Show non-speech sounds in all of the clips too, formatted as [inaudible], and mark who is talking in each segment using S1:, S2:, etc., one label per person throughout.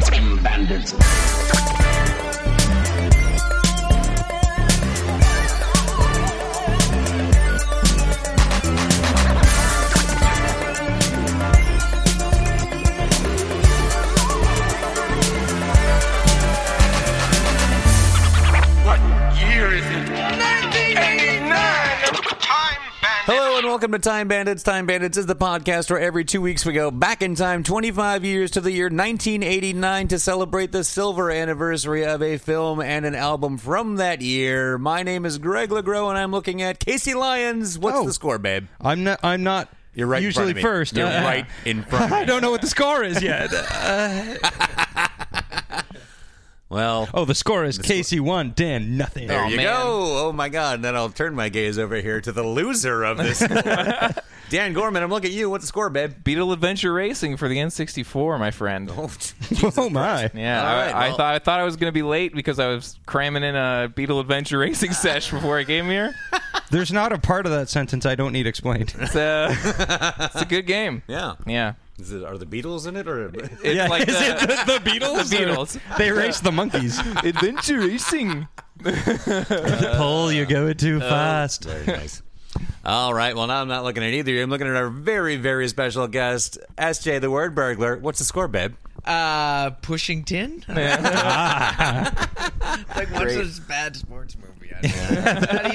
S1: Time Bandits. What year is it? 1989! Time Bandits.
S2: Hello and welcome to Time Bandits. Time Bandits is the podcast where every two weeks we go back in time 25 years to the year 1989 to celebrate the silver anniversary of a film and an album from that year. My name is Greg LeGros and I'm looking at Casey Lyons. What's
S3: Oh.
S2: the score, babe?
S3: I'm not. I'm not.
S2: You're right in front
S3: Usually
S2: of me.
S3: first. [laughs]
S2: You're
S3: Uh,
S2: right in front of me.
S3: I don't know what the score
S2: [laughs]
S3: is yet.
S2: Well,
S3: oh, the score is Casey one, Dan nothing.
S2: there
S3: [laughs]
S4: oh,
S2: you
S4: man.
S2: go. Oh my God. And then I'll turn my gaze over here to the loser of this score. Dan Gorman, I'm looking at you. What's the score, babe?
S4: Beetle Adventure Racing for the N64, my friend.
S2: Oh,
S3: Oh my.
S4: Yeah,
S2: All
S4: I,
S2: right,
S4: I
S2: well-
S4: thought I thought I was gonna be late because I was cramming in a Beetle Adventure Racing sesh before I came here.
S3: There's not a part of that sentence I don't need explained.
S4: It's a, it's a good game.
S2: [laughs] yeah.
S4: Yeah,
S2: Is it, are the Beatles in it? or
S4: it's
S3: [laughs]
S4: like
S3: is
S4: the,
S3: it the, the Beatles?
S4: The
S3: or-
S4: Beatles.
S3: They race
S2: [laughs]
S3: the monkeys.
S4: adventure [laughs] racing.
S2: uh,
S3: Paul, you're going too fast.
S2: Very [laughs] nice. All right. Well, now I'm not looking at either of you. I'm looking at our very, very special guest, SJ the Word Burglar. What's the score, babe?
S5: Uh, pushing tin. like what's this bad sports movie? I don't know. It's not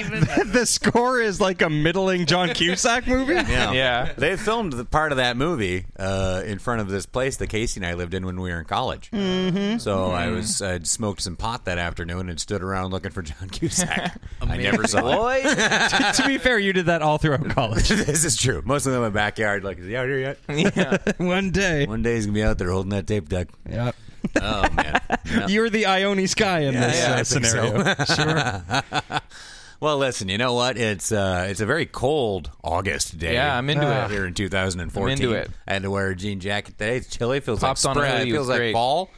S3: [laughs]
S5: even.
S3: the score is like a middling John
S2: [laughs]
S3: Cusack movie.
S4: Yeah.
S2: They filmed the part of that movie uh, in front of this place that Casey and I lived in when we were in college. Mm-hmm. So I was I'd smoked some pot that afternoon and stood around looking for John [laughs] Cusack. I never saw him.
S4: Boy,
S3: to be fair, you did that
S2: [laughs]
S3: all throughout college. [laughs]
S2: this is true. Mostly in my backyard. Like, is he out here [laughs] yet?
S3: One day.
S2: One day he's gonna be out there holding that tape deck.
S3: Yep.
S2: Oh man. Yeah.
S3: You're the Ione Sky in this
S2: yeah,
S3: uh,
S2: I think so.
S3: scenario.
S2: [laughs]
S3: sure.
S2: Well, listen. You know what? It's uh, it's a very cold August day. Ah.
S4: Yeah, I'm into it.
S2: Here in 2014,
S4: I'm into it.
S2: I had to wear a jean jacket today. It's chilly. Feels
S4: Pops
S2: like
S4: on
S2: spring.
S4: early.
S2: It
S4: It
S2: feels
S4: was
S2: like
S4: great.
S2: fall.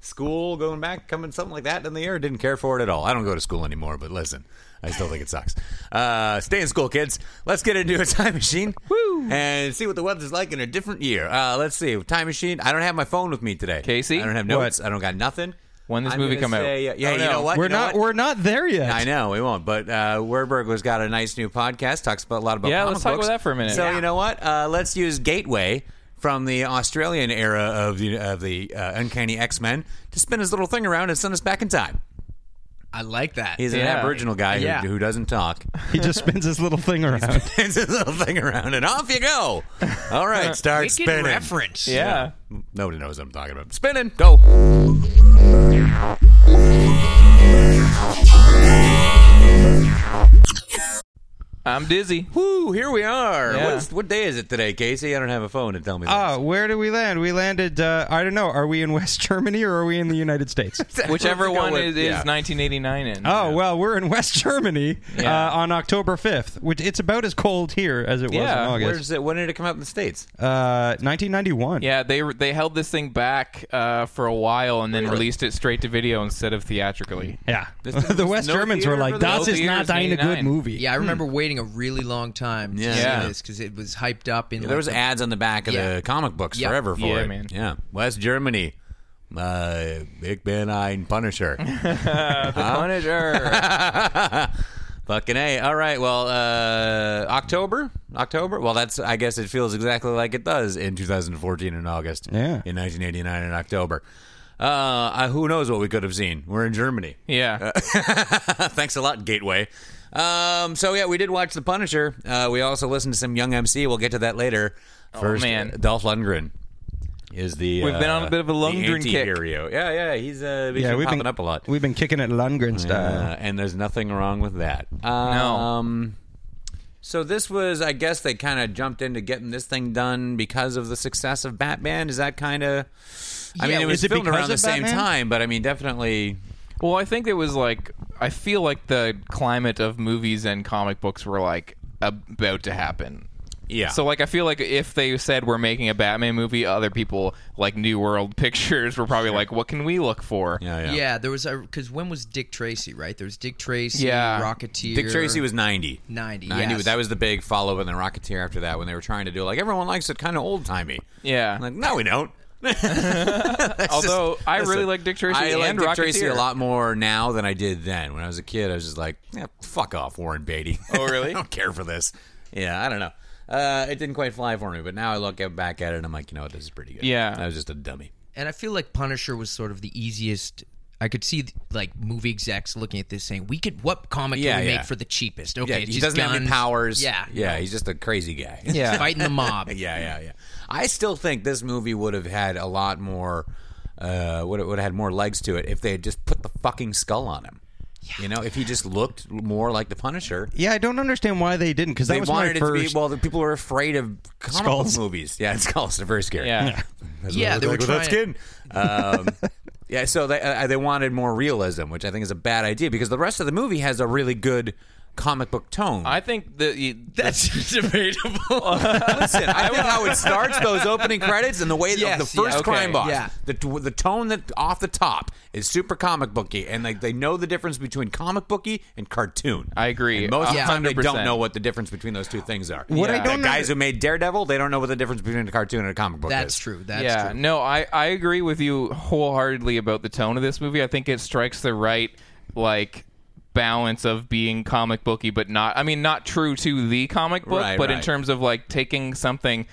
S2: School going back, coming something like that in the air. Didn't care for it at all. I don't go to school anymore. But listen, I still think it sucks. Uh, stay in school, kids. Let's get into a [laughs] time machine. Woo! And see what the weather's like in a different year. Uh, let's see. Time machine. I don't have my phone with me today.
S4: Casey?
S2: I don't have
S3: What?
S2: notes. I don't got nothing.
S4: When this
S2: I'm
S4: movie
S2: gonna
S4: come out?
S2: say, uh, Yeah,
S4: Oh,
S2: you
S4: no.
S2: know what?
S3: We're
S2: You know
S3: not.
S2: what?
S3: We're not there yet.
S2: I know we won't, but uh, Werbergler's got a nice new podcast. Talks about a lot about
S4: Yeah,
S2: comic
S4: let's talk
S2: books.
S4: about that for a minute.
S2: So
S4: Yeah.
S2: you know what? Uh, let's use Gateway from the Australian era of the of the uh, Uncanny X Men to spin his little thing around and send us back in time.
S5: I like that.
S2: He's an
S4: Yeah.
S2: Aboriginal guy who,
S5: Yeah.
S2: who doesn't talk. [laughs]
S3: He just spins his little thing around.
S2: Spins his little thing around and off you go. All right, start
S5: Wicked
S2: spinning.
S5: reference.
S4: yeah.
S2: Nobody knows what I'm talking about. Spinning, go.
S4: I'm dizzy.
S2: Woo! Here we are.
S4: Yeah. Oh,
S2: What, is, what day is it today, Casey? I don't have a phone to tell me.
S3: Ah, where did we land? We landed. Uh, I don't know. Are we in West [laughs] Germany or are we in the
S2: [laughs]
S3: United States?
S2: this.
S4: Whichever
S2: Let's go
S4: one
S2: with-
S4: is, is
S2: yeah.
S4: 1989 in.
S3: Oh well, we're in West Germany
S4: Yeah.
S3: uh, on October fifth, which it's about as cold here as it was
S4: Yeah,
S3: in August.
S2: Where's it? When did it come out in the states?
S3: Uh, 1991.
S4: Yeah, they they held this thing back uh, for a while and then released it straight to video instead of theatrically.
S3: yeah. [laughs]
S2: This-
S3: the West
S2: no
S3: Germans
S2: theater
S3: were
S2: for
S3: like,
S2: this?
S3: "Das
S4: No
S3: is
S4: theaters
S3: not
S4: in
S3: ein a good
S4: 89.
S3: movie."
S5: Yeah, I remember waiting a really long time
S2: Yeah.
S5: to
S4: Yeah.
S5: see this because it was hyped up in.
S2: Yeah,
S5: like,
S2: there was
S5: the-
S2: ads on the back of
S5: Yeah.
S2: the comic books
S5: Yeah.
S2: forever for
S4: Yeah,
S2: it.
S4: man.
S2: Yeah, West Germany, uh, Big Ben Ein
S4: [laughs]
S2: Punisher. [laughs]
S4: Punisher.
S2: Fucking a. All right. Well, uh, October, October. Well, that's. I guess it feels exactly like it does in 2014 in August.
S3: Yeah.
S2: In 1989 in October. Uh, I- who knows what we could have seen? We're in Germany.
S4: [laughs]
S2: [laughs]
S4: yeah.
S2: Thanks a lot, Gateway. Um, so yeah, we did watch The Punisher. Uh, we also listened to some Young MC. We'll get to that later. First,
S4: Oh, man.
S2: uh, Dolph Lundgren is the
S4: We've been on a
S2: uh,
S4: bit of a
S2: the
S4: Lundgren kick.
S2: anti-hero. Yeah, yeah, he's uh, he's
S3: Yeah,
S2: been
S3: we've
S2: popping
S3: been
S2: up a lot.
S3: We've been kicking it Lundgren style.
S2: Uh, and there's nothing wrong with that. Um, So this was, I guess, they kind of jumped into getting this thing done because of the success of Batman. Is that kind of? I mean,
S5: Yeah,
S2: it was
S3: is it
S2: filmed
S3: because
S2: around the
S3: of
S2: same
S3: Batman?
S2: time, but I mean, definitely.
S4: Well, I think it was like I feel like the climate of movies and comic books were like about to happen.
S2: Yeah.
S4: So like I feel like if they said we're making a Batman movie, other people like New World [laughs] Pictures were probably like, "What can we look for?"
S2: yeah,
S5: Yeah.
S2: yeah.
S5: there was a because when was Dick Tracy? Right, there was Dick Tracy.
S4: Yeah.
S5: Rocketeer.
S2: Dick Tracy was 90.
S5: 90,
S2: 90.
S5: yes.
S2: That was the big follow up in The Rocketeer after that when they were trying to do like everyone likes it kind of old timey.
S4: Yeah.
S2: Like, no, we don't. [laughs]
S4: Although I really like Dick Tracy
S2: I
S4: and
S2: like Dick
S4: Rocketeer.
S2: Tracy a lot more now than I did then. When I was a kid, I was just like, "Yeah, fuck off, Warren Beatty.
S4: Oh,
S2: [laughs]
S4: really?
S2: I don't care for this. Yeah, I don't know. Uh, it didn't quite fly for me, but now I look at- back at it and I'm like, you know what, this is pretty good.
S4: Yeah.
S2: I was just a dummy.
S5: And I feel like Punisher was sort of the easiest. I could see like movie execs looking at this saying, "We could what comic
S2: Yeah,
S5: can we
S2: yeah.
S5: make for the cheapest?" Okay,
S2: Yeah,
S5: it's
S2: he
S5: just
S2: doesn't have any
S5: guns.
S2: powers.
S5: Yeah,
S2: [laughs] yeah, he's just a crazy guy.
S5: yeah, fighting the
S2: [laughs]
S5: mob.
S2: Yeah, yeah, yeah. I still think this movie would have had a lot more, uh, would would have had more legs to it if they had just put the fucking skull on him. You know, if he just looked more like the Punisher.
S3: Yeah, I don't understand why they didn't because that
S2: They
S3: was
S2: wanted
S3: my
S2: it
S3: first.
S2: to be well. The people are afraid of comic
S3: Skulls.
S2: book movies. Yeah, it's [laughs] skulls. They're very scary.
S4: Yeah.
S2: That's
S5: Yeah,
S2: what
S5: they
S2: it looked
S5: were
S2: like
S5: trying-
S2: without skin. Um, [laughs] yeah, so they uh, they wanted more realism, which I think is a bad idea because the rest of the movie has a really good comic book tone.
S4: I think that you-
S5: [laughs] That's debatable.
S2: Listen, I think how it starts those opening credits and the way
S5: Yes,
S2: the first
S5: yeah, okay,
S2: crime boss,
S5: yeah.
S2: the the tone that off the top is super comic booky, and like they know the difference between comic booky and cartoon.
S4: I agree.
S2: And most of
S5: Yeah.
S2: the time, they don't
S4: 100%.
S2: know what the difference between those two things are.
S3: What I
S2: The
S3: don't
S2: guys who made Daredevil, they don't know what the difference between a cartoon and a comic book
S5: That's
S2: is.
S5: true. That's
S4: yeah,
S5: true.
S4: no, I, I agree with you wholeheartedly about the tone of this movie. I think it strikes the right like balance of being comic booky, but not. I mean, not true to the comic book,
S2: Right,
S4: but in
S2: right.
S4: terms of like taking something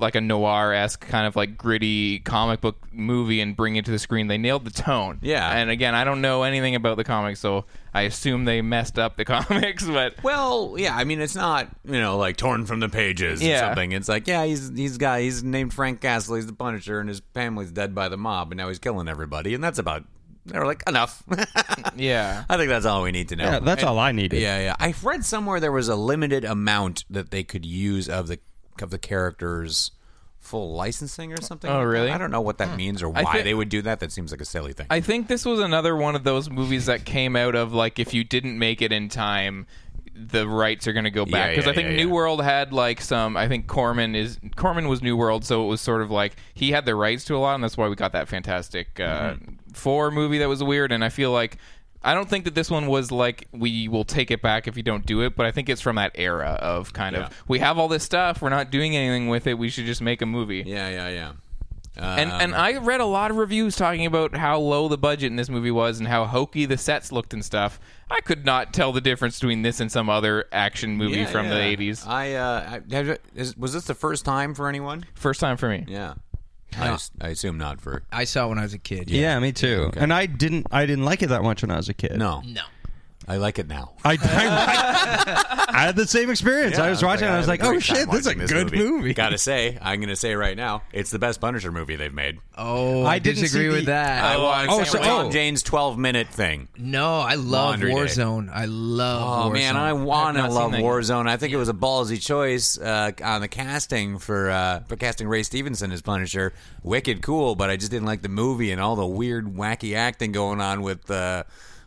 S4: like a noir esque kind of like gritty comic book movie and bring it to the screen. They nailed the tone.
S2: Yeah.
S4: and again, I don't know anything about the comics, so I assume they messed up the [laughs] comics, but.
S2: Well, yeah, I mean, it's not you know like torn from the pages or
S4: Yeah.
S2: something. It's like yeah, he's he's guy. He's named Frank Castle. He's the Punisher, and his family's dead by the mob, and now he's killing everybody. And that's about. They were like enough. [laughs]
S4: Yeah.
S2: I think that's all we need to know.
S3: yeah, that's all I needed.
S2: Yeah, yeah. I read somewhere there was a limited amount that they could use of the of the characters full licensing or something.
S4: Oh,
S2: like that.
S4: really?
S2: I don't know what that means or why
S4: thi-
S2: they would do that. That seems like a silly thing.
S4: I think this was another one of those movies that came out of like if you didn't make it in time, the rights are going to go
S2: Yeah,
S4: back because
S2: yeah,
S4: I think
S2: yeah,
S4: New
S2: yeah.
S4: World had like some. I think Corman is Corman was New World, so it was sort of like he had the rights to a lot, and that's why we got that fantastic uh,
S2: Mm-hmm.
S4: four movie that was weird. And I feel like. I don't think that this one was like we will take it back if you don't do it, but I think it's from that era of kind
S2: Yeah.
S4: of we have all this stuff, we're not doing anything with it, we should just make a movie.
S2: yeah, yeah, yeah. Uh,
S4: And and I read a lot of reviews talking about how low the budget in this movie was and how hokey the sets looked and stuff. I could not tell the difference between this and some other action movie
S2: yeah,
S4: from
S2: yeah.
S4: the eighties.
S2: I, uh, I have- is, was this the first time for anyone?
S4: First time for me.
S2: Yeah, I, s- I assume not for
S5: I saw it when I was a kid.
S3: Yeah, me too. And I didn't. I didn't like it that much when I was a kid.
S2: no.
S5: No.
S2: I like it now.
S3: I, I- I had the same experience. I was watching. it and I was like,
S2: had a
S3: "Oh
S2: great time
S3: shit, this is a
S2: watching
S3: good movie."
S2: Gotta say, I'm gonna say right now, it's the best Punisher movie they've made.
S5: Oh,
S3: I
S5: I,
S3: didn't see
S5: disagree
S3: the-
S5: with that.
S2: I watched
S3: oh, so-
S2: Tom
S3: oh.
S2: Jane's 12 minute thing.
S5: no, I love
S2: Laundry Day.
S5: Warzone. I love.
S2: Oh
S5: Oh, Warzone.
S2: man, I want
S4: I
S2: to
S4: have not
S2: love
S4: seen that
S2: Warzone. I think it was a ballsy choice uh, on the casting for uh, for casting Ray Stevenson as Punisher. Wicked cool, but I just didn't like the movie and all the weird, wacky acting going on with uh,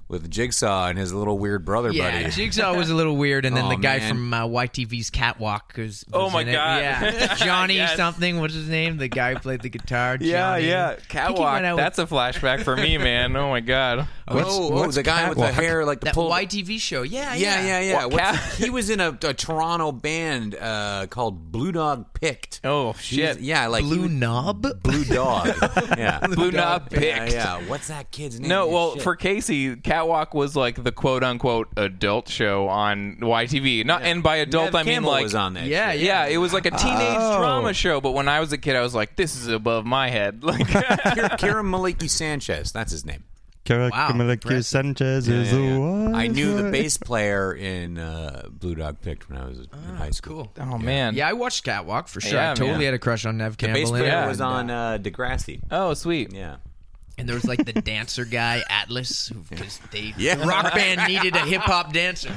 S2: with Jigsaw and his little weird brother
S5: yeah,
S2: buddy.
S5: Jigsaw was a little weird, and then
S2: Oh,
S5: the guy
S2: man.
S5: from uh, YTV's Catwalk was. was
S4: Oh, my
S5: in it.
S4: God. [laughs]
S5: Yeah, Johnny
S4: Yes.
S5: something. What's his name? The guy who played the guitar.
S4: Yeah,
S5: Johnny. I
S4: yeah.
S5: think he
S4: Catwalk.
S5: went out with-
S4: That's a flashback
S2: [laughs]
S4: for me, man. Oh my god.
S2: oh, oh,
S3: what's
S2: the guy with the
S3: Catwalk?
S2: hair like the
S5: that
S2: pull.
S5: YTV show. Yeah,
S2: yeah, yeah, yeah.
S4: What,
S2: What's-
S4: Cat-
S2: he was in a, a Toronto band uh, called Blue Dog Picked.
S4: Oh
S2: He was-
S4: shit.
S2: yeah, like he
S5: Blue
S2: was-
S5: knob.
S2: Blue [laughs] Dog. yeah.
S4: Blue knob
S2: Yeah,
S4: picked.
S2: yeah. What's that kid's name?
S4: No, well,
S2: Shit. [laughs]
S4: for Casey, Catwalk was like the quote unquote adult show on YTV. Not and by
S2: Nev
S4: adult I mean
S2: Campbell
S4: like
S2: was on that.
S5: Yeah,
S2: shit.
S4: Yeah, it was like a teenage
S3: Oh.
S4: drama show, but when I was a kid, I was like, "This is above my head." [laughs]
S2: [laughs]
S4: Like,
S2: Kira, Kira Maliki Sanchez. That's his name.
S5: Wow.
S3: Kamalaki Sanchez is
S2: Yeah,
S3: the
S2: yeah.
S3: one.
S2: I knew the bass player in uh, Blue Dog picked when I was in high school.
S5: cool.
S4: oh man,
S5: Yeah, I watched Catwalk for sure.
S4: Yeah,
S5: I totally
S4: man.
S5: had a crush on Nev
S2: The bass
S5: Campbell. in
S2: player
S5: it.
S4: yeah.
S2: was on uh, Degrassi.
S4: Oh, sweet.
S2: Yeah.
S5: And there was like the dancer guy
S4: [laughs]
S5: Atlas, who because they
S2: Yeah.
S5: rock
S2: [laughs]
S5: band needed a hip hop dancer.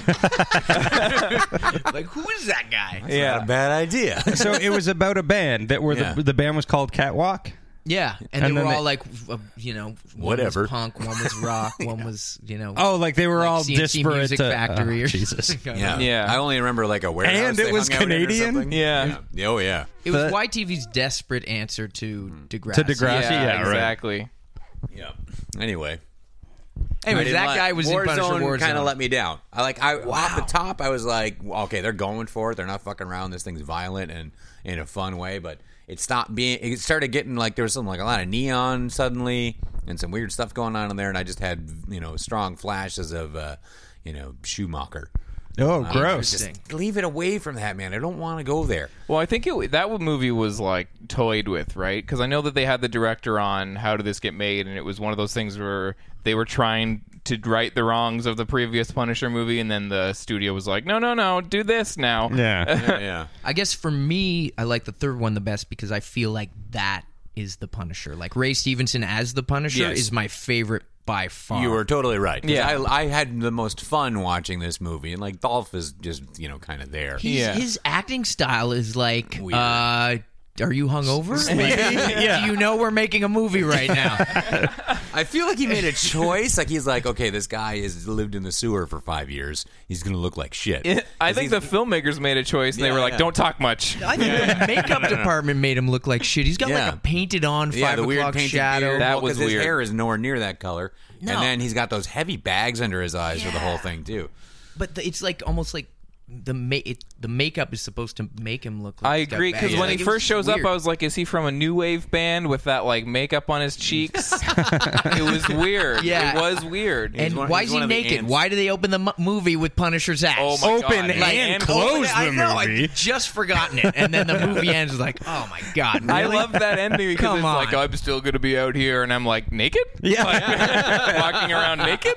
S5: like who is that guy?
S2: Not a bad [laughs] idea.
S3: [laughs] so it was about a band that were
S2: Yeah.
S3: the, the band was called Catwalk.
S5: Yeah,
S3: And
S5: and, they
S3: then
S5: were
S3: they-
S5: all like, uh, you know, one
S2: Whatever.
S5: was punk, one was
S3: [laughs]
S5: rock, one was you know.
S3: Oh, like they were
S5: like
S3: all
S5: CNC
S3: disparate.
S5: Music
S3: uh,
S5: Factory
S3: oh, [laughs]
S5: or
S3: Jesus.
S5: something.
S2: Yeah.
S4: Yeah.
S2: I only remember like a warehouse.
S3: And it
S2: they
S3: was
S2: hung out in or
S3: Canadian?
S2: something.
S4: Yeah.
S2: yeah. Oh yeah.
S5: It was
S3: But-
S5: YTV's desperate answer
S2: Mm.
S5: to Degrassi.
S3: To Degrassi. Yeah, right.
S4: exactly.
S2: Yeah. Anyway. Anyway,
S5: I didn't
S2: that
S5: like-
S2: guy was in
S5: Warzone
S2: Punisher Warzone. Kind
S5: kinda
S2: of let
S5: let
S2: me down. I like I off the top, I was like, well, okay, they're going for it. They're not fucking around. This thing's violent and in a fun way, but it stopped being. It started getting like there was some like a lot of neon suddenly and some weird stuff going on in there, and I just had you know strong flashes of uh, you know Schumacher.
S3: Oh, gross.
S5: Interesting.
S2: Leave it away from that man. I don't want to go there.
S4: Well, I think it, that movie was like toyed with, right? Because I know that they had the director on How Did This Get Made, and it was one of those things where they were trying to right the wrongs of the previous Punisher movie, and then the studio was like, no, no, no, do this now.
S3: Yeah.
S2: [laughs] Yeah.
S5: I guess for me, I like the third one the best because I feel like that is the Punisher. Like Ray Stevenson as the Punisher
S2: Yes.
S5: is my favorite by far.
S2: You were totally right. 'Cause
S4: Yeah.
S2: I, I had the most fun watching this movie, and like Dolph is just you know kind of there.
S5: He's,
S4: Yeah.
S5: His acting style is like,
S2: Weird.
S5: uh, are
S2: [laughs]
S5: you hungover? Like, Do you know we're making a movie
S3: [laughs]
S5: right now?
S2: I feel like he
S4: [laughs]
S2: made a choice. Like he's like, okay, this guy has lived in the sewer for five years. He's gonna look like shit.
S4: [laughs] I think the filmmakers made a choice. And they
S2: Yeah,
S4: were like,
S2: yeah.
S4: don't talk much.
S5: I think the makeup department made him look like shit. He's got
S2: Yeah.
S5: like a painted on five
S2: yeah, the weird
S5: o'clock
S2: painted
S5: shadow.
S2: Beard.
S4: That
S2: Well, 'cause
S4: was
S2: His
S4: weird.
S2: hair is nowhere near that color.
S5: No.
S2: And then he's got those heavy bags under his eyes for the whole thing too.
S5: But the, it's like almost like the ma- it, the makeup is supposed to make him look. like
S4: I
S5: he's got
S4: agree because
S5: bags.
S4: when
S5: Like,
S4: he
S5: it was
S4: first shows
S5: weird.
S4: up, I was like, "Is he from a new wave band with that like makeup on his cheeks?" it was weird.
S5: Yeah.
S4: it was weird.
S5: And
S2: one-
S5: why
S2: he's
S5: is
S2: one
S5: he
S2: of the
S5: naked?
S2: ants.
S5: Why do they open the mo- movie with Punisher's ass?
S4: oh my
S3: Open
S4: god!
S3: and
S5: Oh,
S3: close
S5: I
S3: the
S5: know, I [laughs]
S3: movie.
S5: just forgotten it, and then the movie ends like, oh my god! Really?
S4: I love that ending because
S5: [laughs] Come
S4: it's like
S5: on.
S4: I'm still gonna be out here, and I'm like naked,
S3: Yeah.
S4: [laughs] walking
S3: [laughs]
S4: around naked.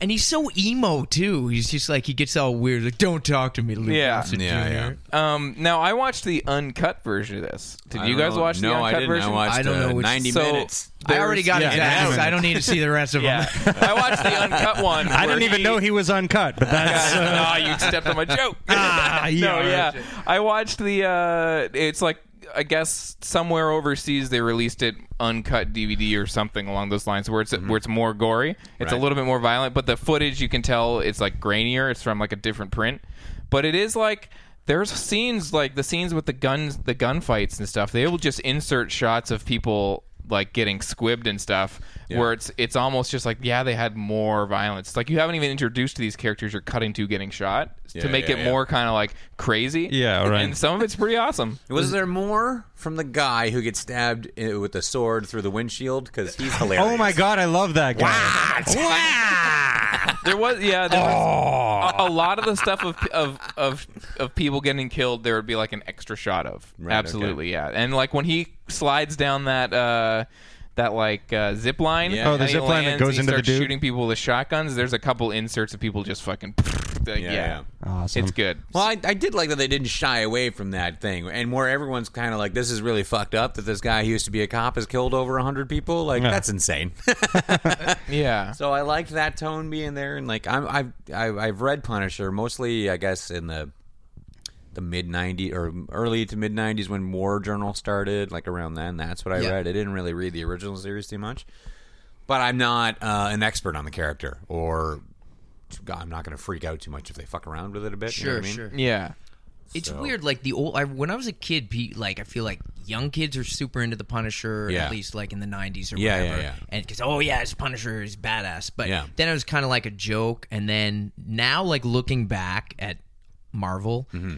S5: And he's so emo too. He's just like he gets all weird. Like, don't talk to me, Luke
S4: Yeah.
S5: Gossett
S2: Yeah, yeah.
S5: Jr.
S4: Um, now I watched the uncut version of this. Did you guys watch
S2: no,
S4: the uncut
S2: I didn't.
S4: version?
S2: I watched
S5: I don't know
S2: uh,
S5: which-
S2: ninety
S4: So-
S2: minutes.
S5: I already got
S3: yeah,
S5: his ass.
S3: yeah.
S5: I don't need to see the
S4: [laughs]
S5: rest of
S4: yeah,
S3: [laughs]
S5: them.
S4: I watched the uncut one.
S3: I
S4: where
S3: didn't even
S4: [laughs]
S3: know he was uncut, but that's.
S4: Ah, you stepped on
S3: [laughs]
S4: my joke.
S3: Ah,
S4: [laughs] no,
S3: yeah.
S4: yeah. I watched the. Uh, it's like I guess somewhere overseas they released it uncut DVD or something along those lines, where it's where it's more gory. It's a
S2: Right.
S4: little bit more violent, but the footage you can tell it's like grainier. It's from like a different print, but it is like. There's scenes like the scenes with the guns, the gunfights and stuff. They will just insert shots of people like getting squibbed and stuff, where it's it's almost just like yeah, they had more violence. Like you haven't even introduced these characters you're cutting to getting shot to
S2: Yeah,
S4: make
S2: yeah,
S4: it
S2: yeah.
S4: more kind of like crazy.
S3: Yeah, right.
S4: And some of it's pretty awesome.
S2: Was there more from the guy who gets stabbed uh, with the sword through the windshield? Because
S4: [laughs]
S2: he's hilarious.
S3: Oh my god, I love that guy.
S2: [laughs]
S4: There was yeah,
S3: [laughs]
S4: there was a, a lot of the stuff of of of of people getting killed. There would be like an extra shot of absolutely yeah, and like when he slides down that. uh that like uh, zip line.
S2: Yeah. Oh, the
S4: and he
S3: zip line that
S4: lands
S3: goes
S4: and he
S3: into the
S4: starts
S3: dude?
S4: Shooting people with shotguns. There's a couple inserts of people just fucking. [laughs] like, yeah,
S2: Yeah, yeah.
S3: Awesome.
S4: It's good.
S2: Well, I, I did like that they didn't shy away from that thing, and where everyone's kind of like, "This is really fucked up that this guy who used to be a cop has killed over hundred people." Like that's insane. [laughs]
S4: Yeah.
S2: so I liked that tone being there, and like I'm, I've I've I've read Punisher mostly, I guess, in the the mid '90s or early to mid '90s when War Journal started, like around then. That's what I
S5: Yeah.
S2: read. I didn't really read the original series too much, but I'm not uh, an expert on the character, or I'm not going to freak out too much if they fuck around with it a bit. you know
S5: Sure,
S2: what I mean?
S5: sure.
S4: yeah.
S5: It's
S2: So-
S5: weird. Like the old, I, when I was a kid, pe- like I feel like young kids are super into the Punisher,
S2: Yeah.
S5: at least like in the '90s or
S2: Yeah, yeah,
S5: whatever.
S2: yeah.
S5: And because oh yeah, his Punisher is badass. But
S2: Yeah.
S5: then it was kind of like a joke. And then now, like looking back at Marvel,
S2: Mm-hmm.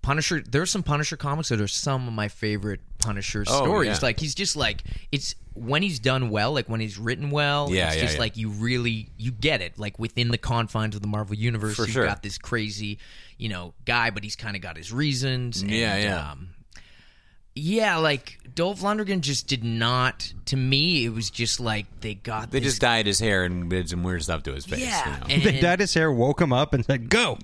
S5: Punisher, there's some Punisher comics that are some of my favorite Punisher
S2: Oh,
S5: stories.
S2: yeah.
S5: Like he's just like it's when he's done well, like when he's written well.
S2: Yeah,
S5: it's
S2: yeah,
S5: just
S2: yeah.
S5: like you really you get it. Like within the confines of the Marvel universe,
S2: For
S5: you've
S2: sure.
S5: got this crazy, you know, guy, but he's kind of got his reasons. and,
S2: Yeah, yeah.
S5: Um, yeah, like Dolph Lundgren just did not. To me, it was just like they got
S2: They
S5: this,
S2: just dyed his hair and did some weird stuff to his face.
S5: yeah,
S2: you know?
S5: and,
S3: They dyed his hair, woke him up, and said, "Go."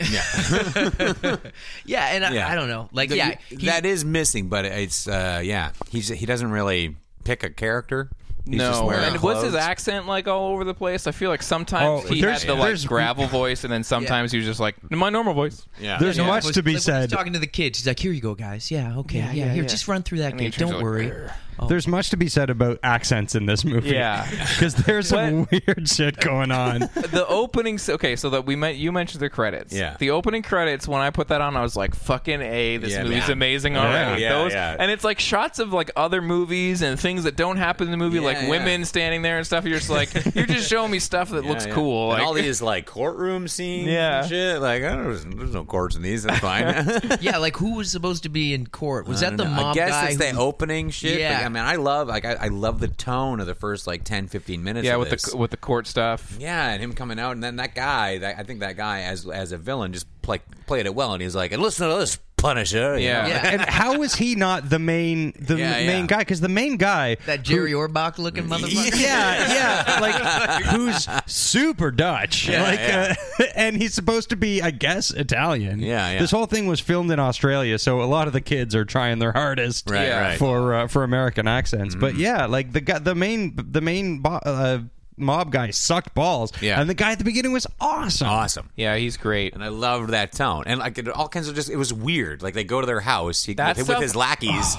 S5: [laughs] yeah, and I,
S2: Yeah.
S5: I don't know, like
S2: So
S5: yeah,
S2: you-
S5: he-
S2: that is missing, but it's uh, yeah, he's he doesn't really pick a character. He's
S4: no,
S2: just wearing
S4: and was his
S2: clothes.
S4: accent like all over the place? I feel like sometimes
S3: Oh,
S4: he had
S3: there's-
S4: the like
S3: there's-
S2: [laughs]
S4: gravel voice, and then sometimes he was just like my normal voice.
S2: Yeah.
S3: There's
S5: Yeah,
S3: much
S5: was-
S3: to be
S5: like, when
S3: said.
S5: He's talking to the kids. He's like, "Here you go, guys. Yeah, okay, yeah, here, just run through that
S4: he
S5: gate.
S4: turns
S5: Don't
S4: it like,
S5: worry."
S4: "Grr."
S3: There's much to be said about accents in this movie. [laughs]
S4: Yeah.
S3: Because there's some weird shit going on.
S4: the opening s- okay so that we met you mentioned the credits
S2: Yeah.
S4: the opening credits when i put that on i was like fucking a this
S2: Yeah,
S4: movie's
S2: man.
S4: amazing already
S2: Yeah,
S4: Those-
S2: yeah.
S4: and it's like shots of like other movies and things that don't happen in the movie like
S2: yeah.
S4: women standing there and stuff you're
S2: [laughs]
S4: just like you're just showing me stuff that looks
S2: Yeah, yeah.
S4: cool
S2: And
S4: like,
S2: all these like courtroom scenes
S4: Yeah.
S2: and shit. Like, I don't, there's, there's no courts in these. That's fine.
S5: yeah, like who was supposed to be in court?
S2: [laughs]
S5: Was
S2: I
S5: that
S2: don't
S5: the
S2: know.
S5: mob
S2: I guess
S5: guy?
S2: it's the
S5: who-
S2: opening shit. Yeah.
S5: Yeah.
S2: I mean, I love like I, I love the tone of the first like 10, 15 minutes.
S4: yeah
S2: of
S4: with
S2: this.
S4: the with the court stuff
S2: Yeah, and him coming out, and then that guy, that, I think that guy as as a villain just play, played it well, and he's like, and listen to this Punisher. you
S4: yeah,
S2: know?
S5: Yeah.
S3: And how was he not the main the
S2: Yeah, yeah.
S3: m- main guy? Because the main guy
S5: that Jerry Orbach looking motherfucker.
S3: yeah, [laughs]
S2: [laughs]
S3: yeah, like who's super Dutch, like, Uh, [laughs] and he's supposed to be, I guess, Italian.
S2: Yeah, yeah.
S3: This whole thing was filmed in Australia, so a lot of the kids are trying their hardest
S2: Right, Yeah. right. Mm-hmm.
S3: for uh, for American accents. But yeah, like the guy, the main, the main bo- uh, mob guy sucked balls.
S2: Yeah.
S3: and the guy at the beginning was awesome.
S2: awesome.
S4: yeah he's
S2: [laughs]
S4: great
S2: And I loved that tone, and like it, all kinds of just it was weird. Like they go to their house, he, with,
S4: That
S2: with
S4: stuff- Oh.
S2: his lackeys.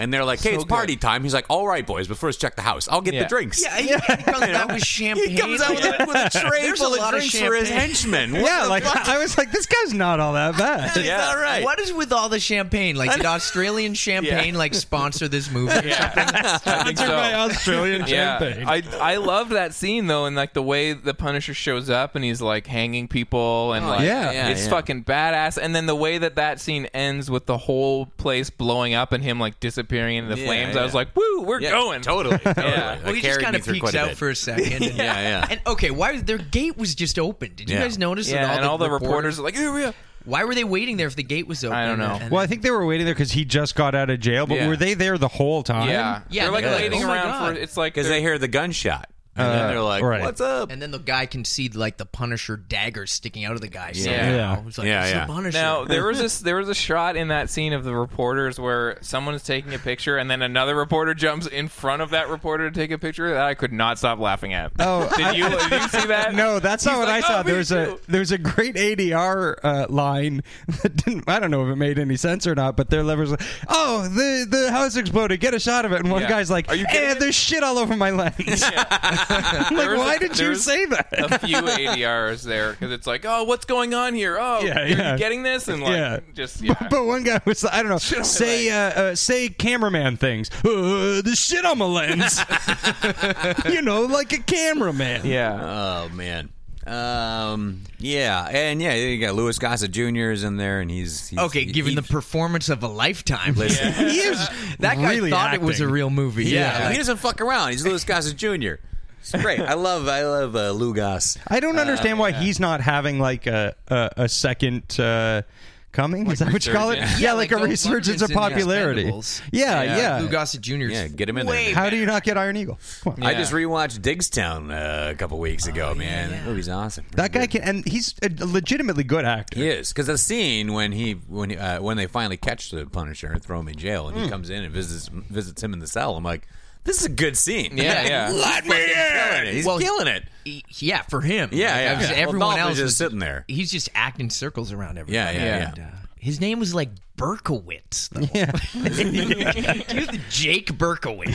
S2: and they're like, "Hey, it's
S4: good.
S2: party time." He's like, "All right, boys, but first check the house. I'll get
S4: Yeah.
S2: the drinks."
S5: Yeah, he, he comes out with champagne.
S2: He comes out with a, with a tray
S5: There's a
S2: full of
S5: lot of
S2: drinks for his
S5: champagne.
S2: [laughs] henchmen. What
S3: Yeah,
S2: the
S3: like
S2: fuck?
S3: I was like, this guy's not all that bad. [laughs]
S2: yeah, all right.
S5: What is with all the champagne? Like, did Australian champagne like sponsor this movie? or
S4: yeah. I think
S3: Sponsored
S4: so.
S3: by Australian
S4: Yeah,
S3: champagne.
S4: I I loved that scene though, and like the way the Punisher shows up and he's like hanging people and like
S3: yeah. Yeah,
S4: it's
S2: yeah.
S4: fucking badass. And then the way that that scene ends with the whole place blowing up and him like disappearing into the
S2: Yeah,
S4: flames,
S2: yeah.
S4: I was like, woo, we're
S2: Yeah,
S4: going.
S2: totally. totally.
S4: [laughs] Yeah.
S2: That
S5: Well, he just
S2: carried
S5: kind
S2: me
S5: of
S2: through
S5: peeks
S2: quite a
S5: out
S2: bit.
S5: for a second. yeah,
S2: yeah.
S5: And okay, why was their gate was just open? Did you
S2: Yeah.
S5: guys notice
S4: Yeah,
S5: that all
S4: and
S5: the
S4: all the reporters are like, "Yeah, yeah."
S5: Why were they waiting there if the gate was open?
S4: I don't know.
S5: And-
S3: well, I think they were waiting there because he just got out of jail. But
S4: Yeah.
S3: were they there the whole time?
S4: yeah,
S5: Yeah,
S4: They're like
S5: yeah.
S4: waiting
S5: Oh my
S4: around
S5: God.
S4: for it's like
S2: because they
S4: [laughs] they're-
S2: hear the gunshot and then
S4: Uh,
S2: they're like,
S3: right.
S2: "What's up?"
S5: And then the guy can see like the Punisher dagger sticking out of the guy. Yeah,
S3: Yeah.
S5: yeah. It's like,
S2: Yeah,
S5: it's
S2: yeah.
S5: the Punisher. [laughs]
S4: Now there was this there was a shot in that scene of the reporters where someone's taking a picture and then another reporter jumps in front of that reporter to take a picture that I could not stop laughing at.
S3: Oh,
S4: did
S3: I-
S4: you, did you see that?
S3: No, that's
S4: He's
S3: not what
S4: like,
S3: I saw.
S4: "Oh, me
S3: there was a
S4: too."
S3: there was a great ADR uh, line [laughs] that didn't. I don't know if it made any sense or not, but their was like, "Oh, the the house exploded. Get a shot of it." And one
S4: Yeah.
S3: guy's like,
S4: Are you
S3: eh,
S4: kidding?"
S3: there's shit all over my
S4: [laughs]
S3: lens." [laughs] I'm like,
S4: There was
S3: why
S4: a-
S3: did
S4: there
S3: you
S4: was
S3: say that?
S4: a few ADRs there because it's like, oh, what's going on here? Oh,
S3: Yeah,
S4: you're
S3: yeah.
S4: getting this and like
S3: Yeah.
S4: just yeah.
S3: [laughs] But one guy was like, I don't know,
S4: on my
S3: say uh, uh, say cameraman things. Uh, the shit on my lens. [laughs] you know, like a cameraman.
S4: yeah.
S2: Oh man. Um. Yeah, and yeah, you got Louis Gossett Jr. is in there, and he's, he's
S5: okay,
S2: he-
S5: given the
S2: he-
S5: performance of a lifetime,
S2: Listen. [laughs]
S3: He is
S5: Uh, that guy
S3: really
S5: thought it was a
S3: acting.
S5: real movie.
S2: yeah,
S5: Yeah,
S2: he doesn't fuck around. He's Louis Gossett Jr. It's great. I love I love uh, Lou Goss.
S3: I
S5: Uh,
S3: don't understand why he's not having like a a, a second uh, coming. Is that what you call it? Yeah,
S4: resurgence.
S3: like,
S5: like
S3: a
S5: the
S3: resurgence of
S5: Lurgans in The
S3: popularity.
S5: Expendables.
S3: Yeah, yeah.
S5: Lou Gossett Jr. 's
S2: Yeah, get him in
S5: way
S2: there.
S3: How do you not get Iron Eagle? Come on.
S2: I
S4: Yeah.
S2: just rewatched Digstown uh, a couple weeks ago. man, that movie's awesome.
S3: That guy can, and he's a legitimately good actor.
S2: He is because the scene when he when he, uh, when they finally catch the Punisher and throw him in jail, and he comes in and visits visits him in the cell. I'm like, this is a good scene. [laughs]
S4: Yeah, yeah.
S2: Let me in. He's
S5: Well,
S2: killing it.
S5: he- e, yeah, for him.
S2: Yeah,
S5: Like,
S2: yeah.
S5: I was-
S2: Yeah. Well,
S5: Everyone
S2: Dolph
S5: else
S2: was just
S5: is-
S2: sitting there.
S5: He's just acting circles around everyone.
S2: Yeah, yeah, yeah.
S5: And, uh, his name was like Berkowitz. the whole- [laughs] Dude, Jake Berkowitz.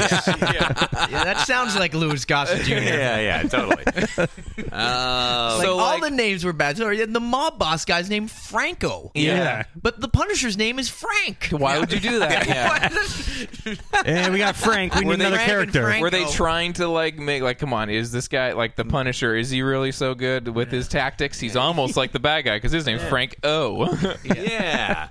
S5: yeah. that sounds like Louis Gossett Jr.
S2: Yeah, yeah, totally. uh,
S5: Like,
S4: So,
S5: all
S4: like-
S5: the names were bad. Sorry, the mob boss guy's named Franco.
S3: Yeah.
S5: But the Punisher's name is Frank.
S4: Why would you do
S5: [laughs]
S4: that? Yeah.
S3: and we got Frank. We need
S5: they
S3: another
S5: Frank and
S3: character.
S5: Frank?
S4: Were they trying to like make like come on? Is this guy like the Punisher? Is he really so good with his tactics? He's almost like the bad guy because his name's Frank O. [laughs]
S2: yeah,